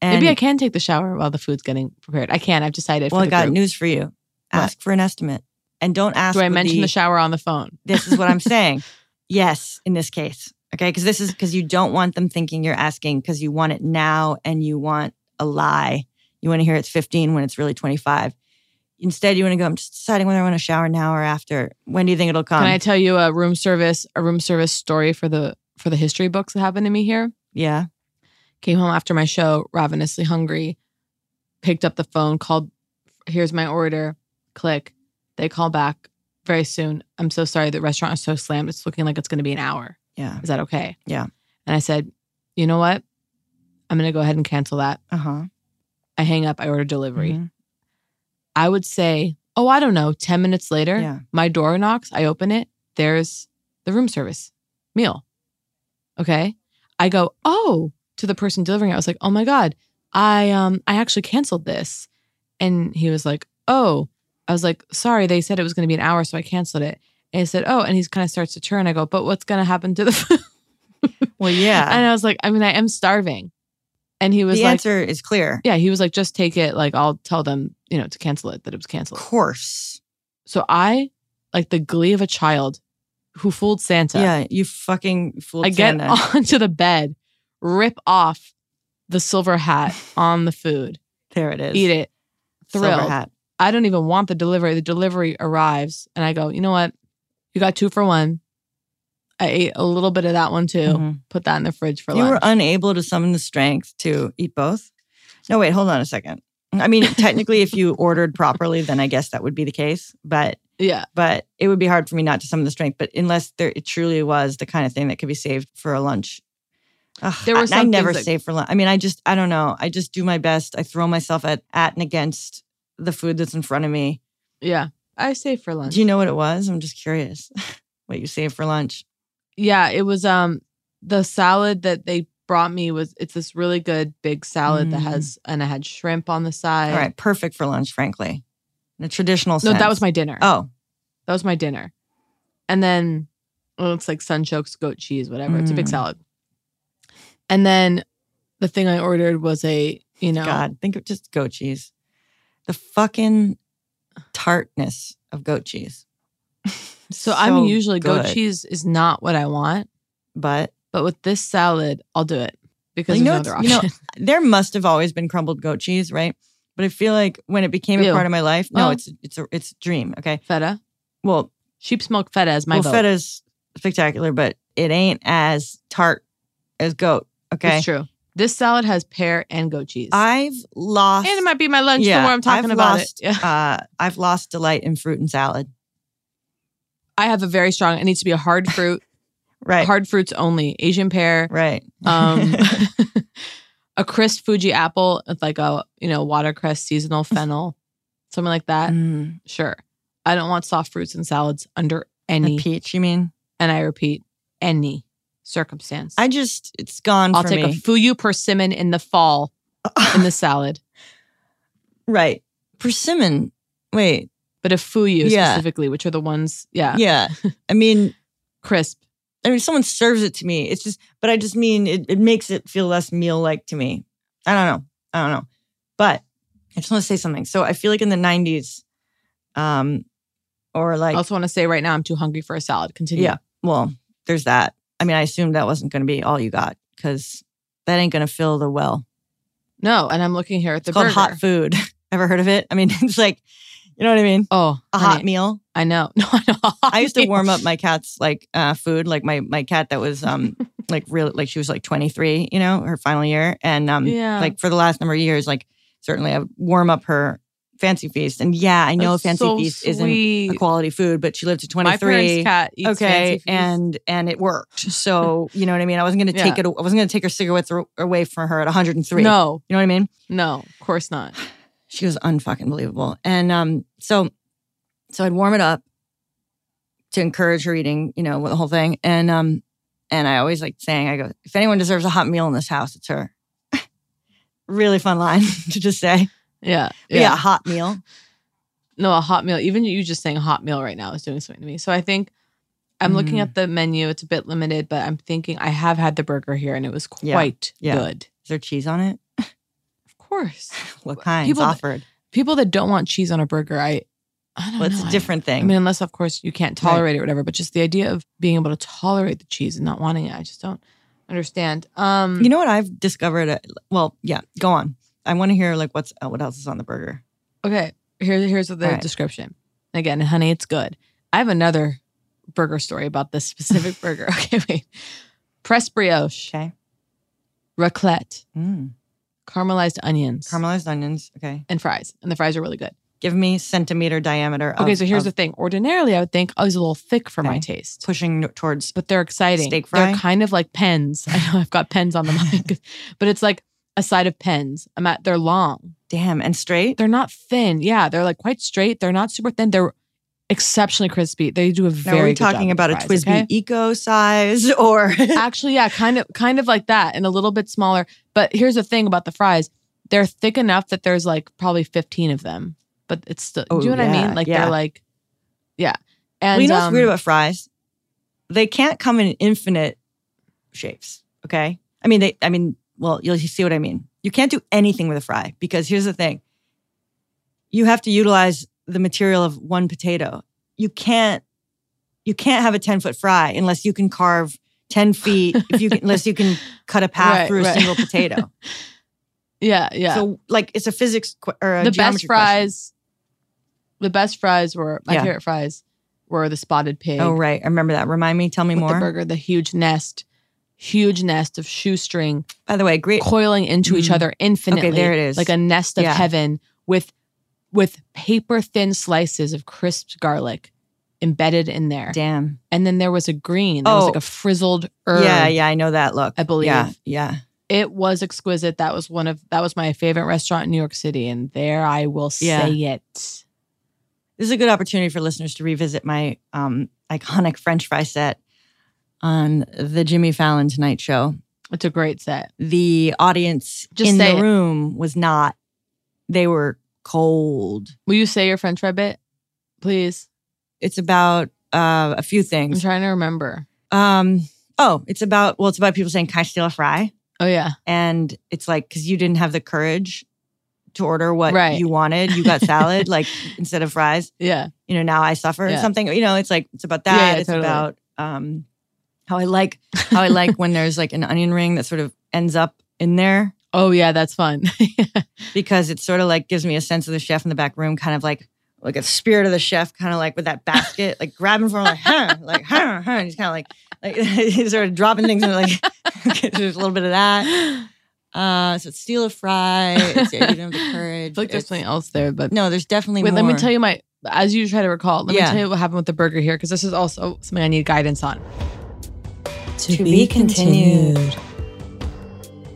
Speaker 1: Maybe I can take the shower while the food's getting prepared. I can. I've decided.
Speaker 2: Well,
Speaker 1: for
Speaker 2: I
Speaker 1: the
Speaker 2: got
Speaker 1: group.
Speaker 2: news for you. Ask for an estimate, and don't ask.
Speaker 1: Do I
Speaker 2: with
Speaker 1: mention the, shower on the phone?
Speaker 2: This is what I'm saying. Yes, in this case, okay, because this is because you don't want them thinking you're asking because you want it now and you want a lie. You want to hear it's 15 when it's really 25. Instead, you want to go, I'm just deciding whether I want to shower now or after. When do you think it'll come?
Speaker 1: Can I tell you a room service a room service story for the for the history books that happened to me here?
Speaker 2: Yeah.
Speaker 1: Came home after my show, ravenously hungry, picked up the phone, called here's my order, click. They call back very soon. I'm so sorry the restaurant is so slammed. It's looking like it's going to be an hour.
Speaker 2: Yeah.
Speaker 1: Is that okay?
Speaker 2: Yeah.
Speaker 1: And I said, "You know what? I'm going to go ahead and cancel that."
Speaker 2: Uh-huh.
Speaker 1: I hang up, I order
Speaker 2: Mm-hmm.
Speaker 1: delivery. I would say, oh, I don't know, 10 minutes later,
Speaker 2: Yeah.
Speaker 1: my door knocks, I open it, there's the room service meal. Okay. I go, oh, to the person delivering it. I was like, oh my God, I um I actually canceled this. And he was like, oh, I was like, sorry, they said it was gonna be an hour, so I canceled it. And he said, oh, and he kind of starts to turn. I go, but what's gonna happen to the food?
Speaker 2: Well, yeah.
Speaker 1: And I was like, I mean, I am starving. And he was
Speaker 2: the
Speaker 1: like,
Speaker 2: answer is clear.
Speaker 1: yeah, he was like, just take it. Like, I'll tell them, you know, to cancel it, that it was canceled. Of
Speaker 2: course.
Speaker 1: So I, like the glee of a child who fooled Santa.
Speaker 2: Yeah, you fucking fooled
Speaker 1: I get
Speaker 2: Santa.
Speaker 1: onto the bed, rip off the silver hat on the food.
Speaker 2: There it is.
Speaker 1: Eat it.
Speaker 2: Silver
Speaker 1: Thrilled.
Speaker 2: hat.
Speaker 1: I don't even want the delivery. The delivery arrives and I go, you know what? You got two for one. I ate a little bit of that one too.
Speaker 2: Mhm.
Speaker 1: Put that in the fridge for
Speaker 2: you
Speaker 1: lunch.
Speaker 2: were unable to summon the strength to eat both. No, wait, hold on a second. I mean, technically, if you ordered properly, then I guess that would be the case. But
Speaker 1: yeah,
Speaker 2: but it would be hard for me not to summon the strength. But unless there, it truly was the kind of thing that could be saved for a lunch. Ugh,
Speaker 1: There were
Speaker 2: I- I
Speaker 1: some
Speaker 2: never
Speaker 1: things that-
Speaker 2: save for lunch. I mean, I just I don't know. I just do my best. I throw myself at at and against the food that's in front of me.
Speaker 1: yeah. I saved for lunch.
Speaker 2: Do you know what it was? I'm just curious. what you saved for lunch?
Speaker 1: Yeah, it was um the salad that they brought me was it's this really good big salad that
Speaker 2: Mm.
Speaker 1: has and I had shrimp on the side.
Speaker 2: All right, perfect for lunch, frankly. In a traditional
Speaker 1: No,
Speaker 2: sense.
Speaker 1: that was my dinner.
Speaker 2: Oh,
Speaker 1: That was my dinner. And then well, it's like sunchokes, goat cheese, whatever. It's a big
Speaker 2: Mm.
Speaker 1: salad. And then the thing I ordered was a, you know,
Speaker 2: God, think of just goat cheese. The fucking tartness of goat cheese.
Speaker 1: so, I'm
Speaker 2: so
Speaker 1: usually goat
Speaker 2: good.
Speaker 1: cheese is not what I want,
Speaker 2: but
Speaker 1: but with this salad, I'll do it because
Speaker 2: you know,
Speaker 1: there's no other
Speaker 2: it's- you know,
Speaker 1: option.
Speaker 2: there must have always been crumbled goat cheese, right? But I feel like when it became
Speaker 1: Ew.
Speaker 2: a part of my life, no,
Speaker 1: Well-
Speaker 2: it's it's a it's a dream. Okay,
Speaker 1: feta.
Speaker 2: Well,
Speaker 1: sheep's milk feta is my
Speaker 2: well,
Speaker 1: vote.
Speaker 2: feta's spectacular, but it ain't as tart as goat. Okay,
Speaker 1: It's true. This salad has pear and goat cheese.
Speaker 2: I've lost,
Speaker 1: and it might be my lunch the more I'm talking
Speaker 2: I've
Speaker 1: about
Speaker 2: lost,
Speaker 1: it. Yeah.
Speaker 2: uh, I've lost delight in fruit and salad.
Speaker 1: I have a very strong. It needs to be a hard fruit.
Speaker 2: Right.
Speaker 1: Hard fruits only. Asian pear.
Speaker 2: Right.
Speaker 1: Um, a crisp Fuji apple with like a you know watercress seasonal
Speaker 2: Mm-hmm.
Speaker 1: fennel, something like that.
Speaker 2: Mm,
Speaker 1: Sure. I don't want soft fruits and salads under any
Speaker 2: peach. You mean?
Speaker 1: And I repeat, any circumstance.
Speaker 2: I just it's gone.
Speaker 1: I'll
Speaker 2: for
Speaker 1: take
Speaker 2: me.
Speaker 1: a fuyu persimmon in the fall in the salad.
Speaker 2: Right. Persimmon. Wait.
Speaker 1: But a fuyu
Speaker 2: Yeah.
Speaker 1: specifically, which are the ones, yeah.
Speaker 2: Yeah. I mean,
Speaker 1: crisp.
Speaker 2: I mean, someone serves it to me. It's just, but I just mean it, it makes it feel less meal like to me. I don't know. I don't know. But I just want to say something. So I feel like in the 90s, um, or like,
Speaker 1: I also want to say right now, I'm too hungry for a salad. Continue.
Speaker 2: yeah, well, there's that. I mean, I assumed that wasn't going to be all you got because that ain't going to fill the well.
Speaker 1: No, and I'm looking here at the
Speaker 2: It's called
Speaker 1: burger.
Speaker 2: hot food. Ever heard of it? I mean, it's like, you know what I mean?
Speaker 1: Oh,
Speaker 2: a
Speaker 1: honey.
Speaker 2: hot meal.
Speaker 1: I know. No, I know.
Speaker 2: I used to warm up my cat's like uh, food, like my my cat that was um like real like she was like 23, you know, her final year, and um
Speaker 1: Yeah.
Speaker 2: like for the last number of years, like certainly I would warm up her fancy feast, and yeah, I know
Speaker 1: That's
Speaker 2: fancy
Speaker 1: so
Speaker 2: feast isn't
Speaker 1: sweet.
Speaker 2: a quality food, but she lived to 23.
Speaker 1: My parents' cat eats
Speaker 2: okay,
Speaker 1: Fancy Feast.
Speaker 2: and and it worked. So you know what I mean. I wasn't gonna take
Speaker 1: Yeah.
Speaker 2: it. I wasn't gonna take her cigarettes ar- away from her at 103.
Speaker 1: No.
Speaker 2: you know what I mean.
Speaker 1: No, of course not.
Speaker 2: She was unfucking believable, and um so so I'd warm it up to encourage her eating, you know, the whole thing. And um, and I always like saying, I go, if anyone deserves a hot meal in this house, it's her. really fun line to just say.
Speaker 1: Yeah.
Speaker 2: But yeah, a hot meal.
Speaker 1: No, a hot meal. Even you just saying hot meal right now is doing something to me. So I think I'm looking
Speaker 2: Mm.
Speaker 1: at the menu. It's a bit limited, but I'm thinking I have had the burger here and it was
Speaker 2: Yeah,
Speaker 1: quite
Speaker 2: yeah.
Speaker 1: good.
Speaker 2: Is there cheese on it?
Speaker 1: Of course.
Speaker 2: What kind?
Speaker 1: People-
Speaker 2: offered.
Speaker 1: People that don't want cheese on a burger, I, I don't
Speaker 2: Well, it's
Speaker 1: know.
Speaker 2: a
Speaker 1: I-
Speaker 2: different
Speaker 1: I
Speaker 2: thing.
Speaker 1: mean, unless of course you can't
Speaker 2: Right.
Speaker 1: tolerate it or whatever, but just the idea of being able to tolerate the cheese and not wanting it, I just don't understand. Um
Speaker 2: you know what I've discovered? uh, Well, yeah, go on. I want to hear like what's uh, what else is on the burger.
Speaker 1: Okay. here, here's the
Speaker 2: All right.
Speaker 1: description. Again, honey, it's good. I have another burger story about this specific burger. Okay, wait. Pressed brioche.
Speaker 2: Okay.
Speaker 1: Raclette.
Speaker 2: Mm.
Speaker 1: Caramelized onions.
Speaker 2: Caramelized onions. Okay.
Speaker 1: And fries. And the fries are really good.
Speaker 2: Give me centimeter diameter.
Speaker 1: Okay,
Speaker 2: of-
Speaker 1: so here's
Speaker 2: of
Speaker 1: the thing. Ordinarily, I would think oh, it's a little thick for my taste,
Speaker 2: pushing no- towards.
Speaker 1: but they're exciting.
Speaker 2: Steak
Speaker 1: They're
Speaker 2: fry?
Speaker 1: kind of like pens. I know I've got pens on the mic, but it's like a side of pens. I'm at. They're long.
Speaker 2: Damn, and straight.
Speaker 1: They're not thin. Yeah, they're like quite straight. They're not super thin. They're exceptionally crispy. They do a
Speaker 2: Now,
Speaker 1: very.
Speaker 2: are we
Speaker 1: good job
Speaker 2: talking
Speaker 1: with
Speaker 2: about
Speaker 1: the
Speaker 2: a
Speaker 1: fries,
Speaker 2: Twisby
Speaker 1: okay?
Speaker 2: Eco size or?
Speaker 1: actually yeah kind of kind of like that and a little bit smaller but here's the thing about the fries they're thick enough that there's like probably 15 of them but it's still do you
Speaker 2: Oh,
Speaker 1: know what i
Speaker 2: yeah,
Speaker 1: mean like
Speaker 2: yeah.
Speaker 1: they're like yeah and
Speaker 2: well, you know what's
Speaker 1: um,
Speaker 2: weird about fries? They can't come in infinite shapes. Okay. I mean, they. I mean, well, you'll see what I mean. You can't do anything with a fry because here's the thing: you have to utilize the material of one potato. You can't. You can't have a ten foot fry unless you can carve ten feet. If you can, unless you can cut a path
Speaker 1: Right,
Speaker 2: through a
Speaker 1: right.
Speaker 2: single potato.
Speaker 1: yeah yeah
Speaker 2: So, like, it's a physics que- or a
Speaker 1: the best
Speaker 2: geometry
Speaker 1: fries the best fries were my
Speaker 2: Yeah.
Speaker 1: favorite fries were the spotted pig
Speaker 2: question. Oh, right. I remember that. Remind me. Tell me
Speaker 1: with
Speaker 2: more.
Speaker 1: the burger the huge nest huge nest of shoestring
Speaker 2: By the way, great.
Speaker 1: coiling into each
Speaker 2: Mm.
Speaker 1: other infinitely.
Speaker 2: Okay, there it is.
Speaker 1: Like a nest of
Speaker 2: Yeah.
Speaker 1: heaven with with paper thin slices of crisped garlic embedded in there.
Speaker 2: Damn.
Speaker 1: And then there was a green. There was
Speaker 2: Oh.
Speaker 1: like a frizzled herb.
Speaker 2: Yeah, yeah, I know that look.
Speaker 1: I believe.
Speaker 2: Yeah, yeah.
Speaker 1: It was exquisite. That was one of that was my favorite restaurant in New York City. And there I will
Speaker 2: Yeah.
Speaker 1: say it.
Speaker 2: This is a good opportunity for listeners to revisit my um, iconic French fry set on the Jimmy Fallon Tonight Show.
Speaker 1: It's a great set.
Speaker 2: The audience
Speaker 1: Just
Speaker 2: in
Speaker 1: say
Speaker 2: the
Speaker 1: it.
Speaker 2: room was not; they were cold.
Speaker 1: Will you say your French fry bit? Please.
Speaker 2: It's about uh, a few
Speaker 1: I'm
Speaker 2: things.
Speaker 1: trying to remember.
Speaker 2: Um, oh, it's about well, it's about people saying "Can I steal a fry?"
Speaker 1: Oh yeah.
Speaker 2: and it's like because you didn't have the courage to order what
Speaker 1: Right.
Speaker 2: you wanted, you got salad like instead of fries.
Speaker 1: Yeah.
Speaker 2: you know, now I suffer or
Speaker 1: Yeah.
Speaker 2: something. You know, it's like it's about that.
Speaker 1: Yeah, yeah,
Speaker 2: it's
Speaker 1: totally.
Speaker 2: about um how I like how I like when there's like an onion ring that sort of ends up in there
Speaker 1: Oh yeah, that's fun.
Speaker 2: because it sort of like gives me a sense of the chef in the back room, kind of like like a spirit of the chef, kind of like with that basket, like grabbing for him, like huh, like huh, huh. And he's kind of like like he's sort of dropping things and like there's a little bit of that. Uh, so it's steal a fry. It's, you don't have the courage.
Speaker 1: like there's
Speaker 2: it's-
Speaker 1: something else there, but
Speaker 2: no, there's definitely
Speaker 1: Wait,
Speaker 2: more.
Speaker 1: let me tell you my as you try to recall. Let
Speaker 2: Yeah.
Speaker 1: me tell you what happened with the burger here because this is also something I need guidance on.
Speaker 9: To be continued.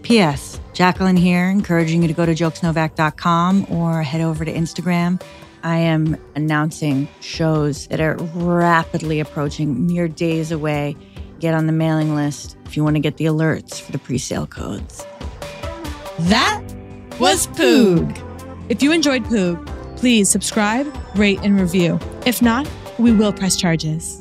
Speaker 2: P.S. Jacqueline here, encouraging you to go to jokesnovak.com or head over to Instagram. I am announcing shows that are rapidly approaching, mere days away. Get on the mailing list if you want to get the alerts for the pre sale codes.
Speaker 1: That was Poog. If you enjoyed Poog,
Speaker 12: please subscribe, rate, and review. If not, we will press charges.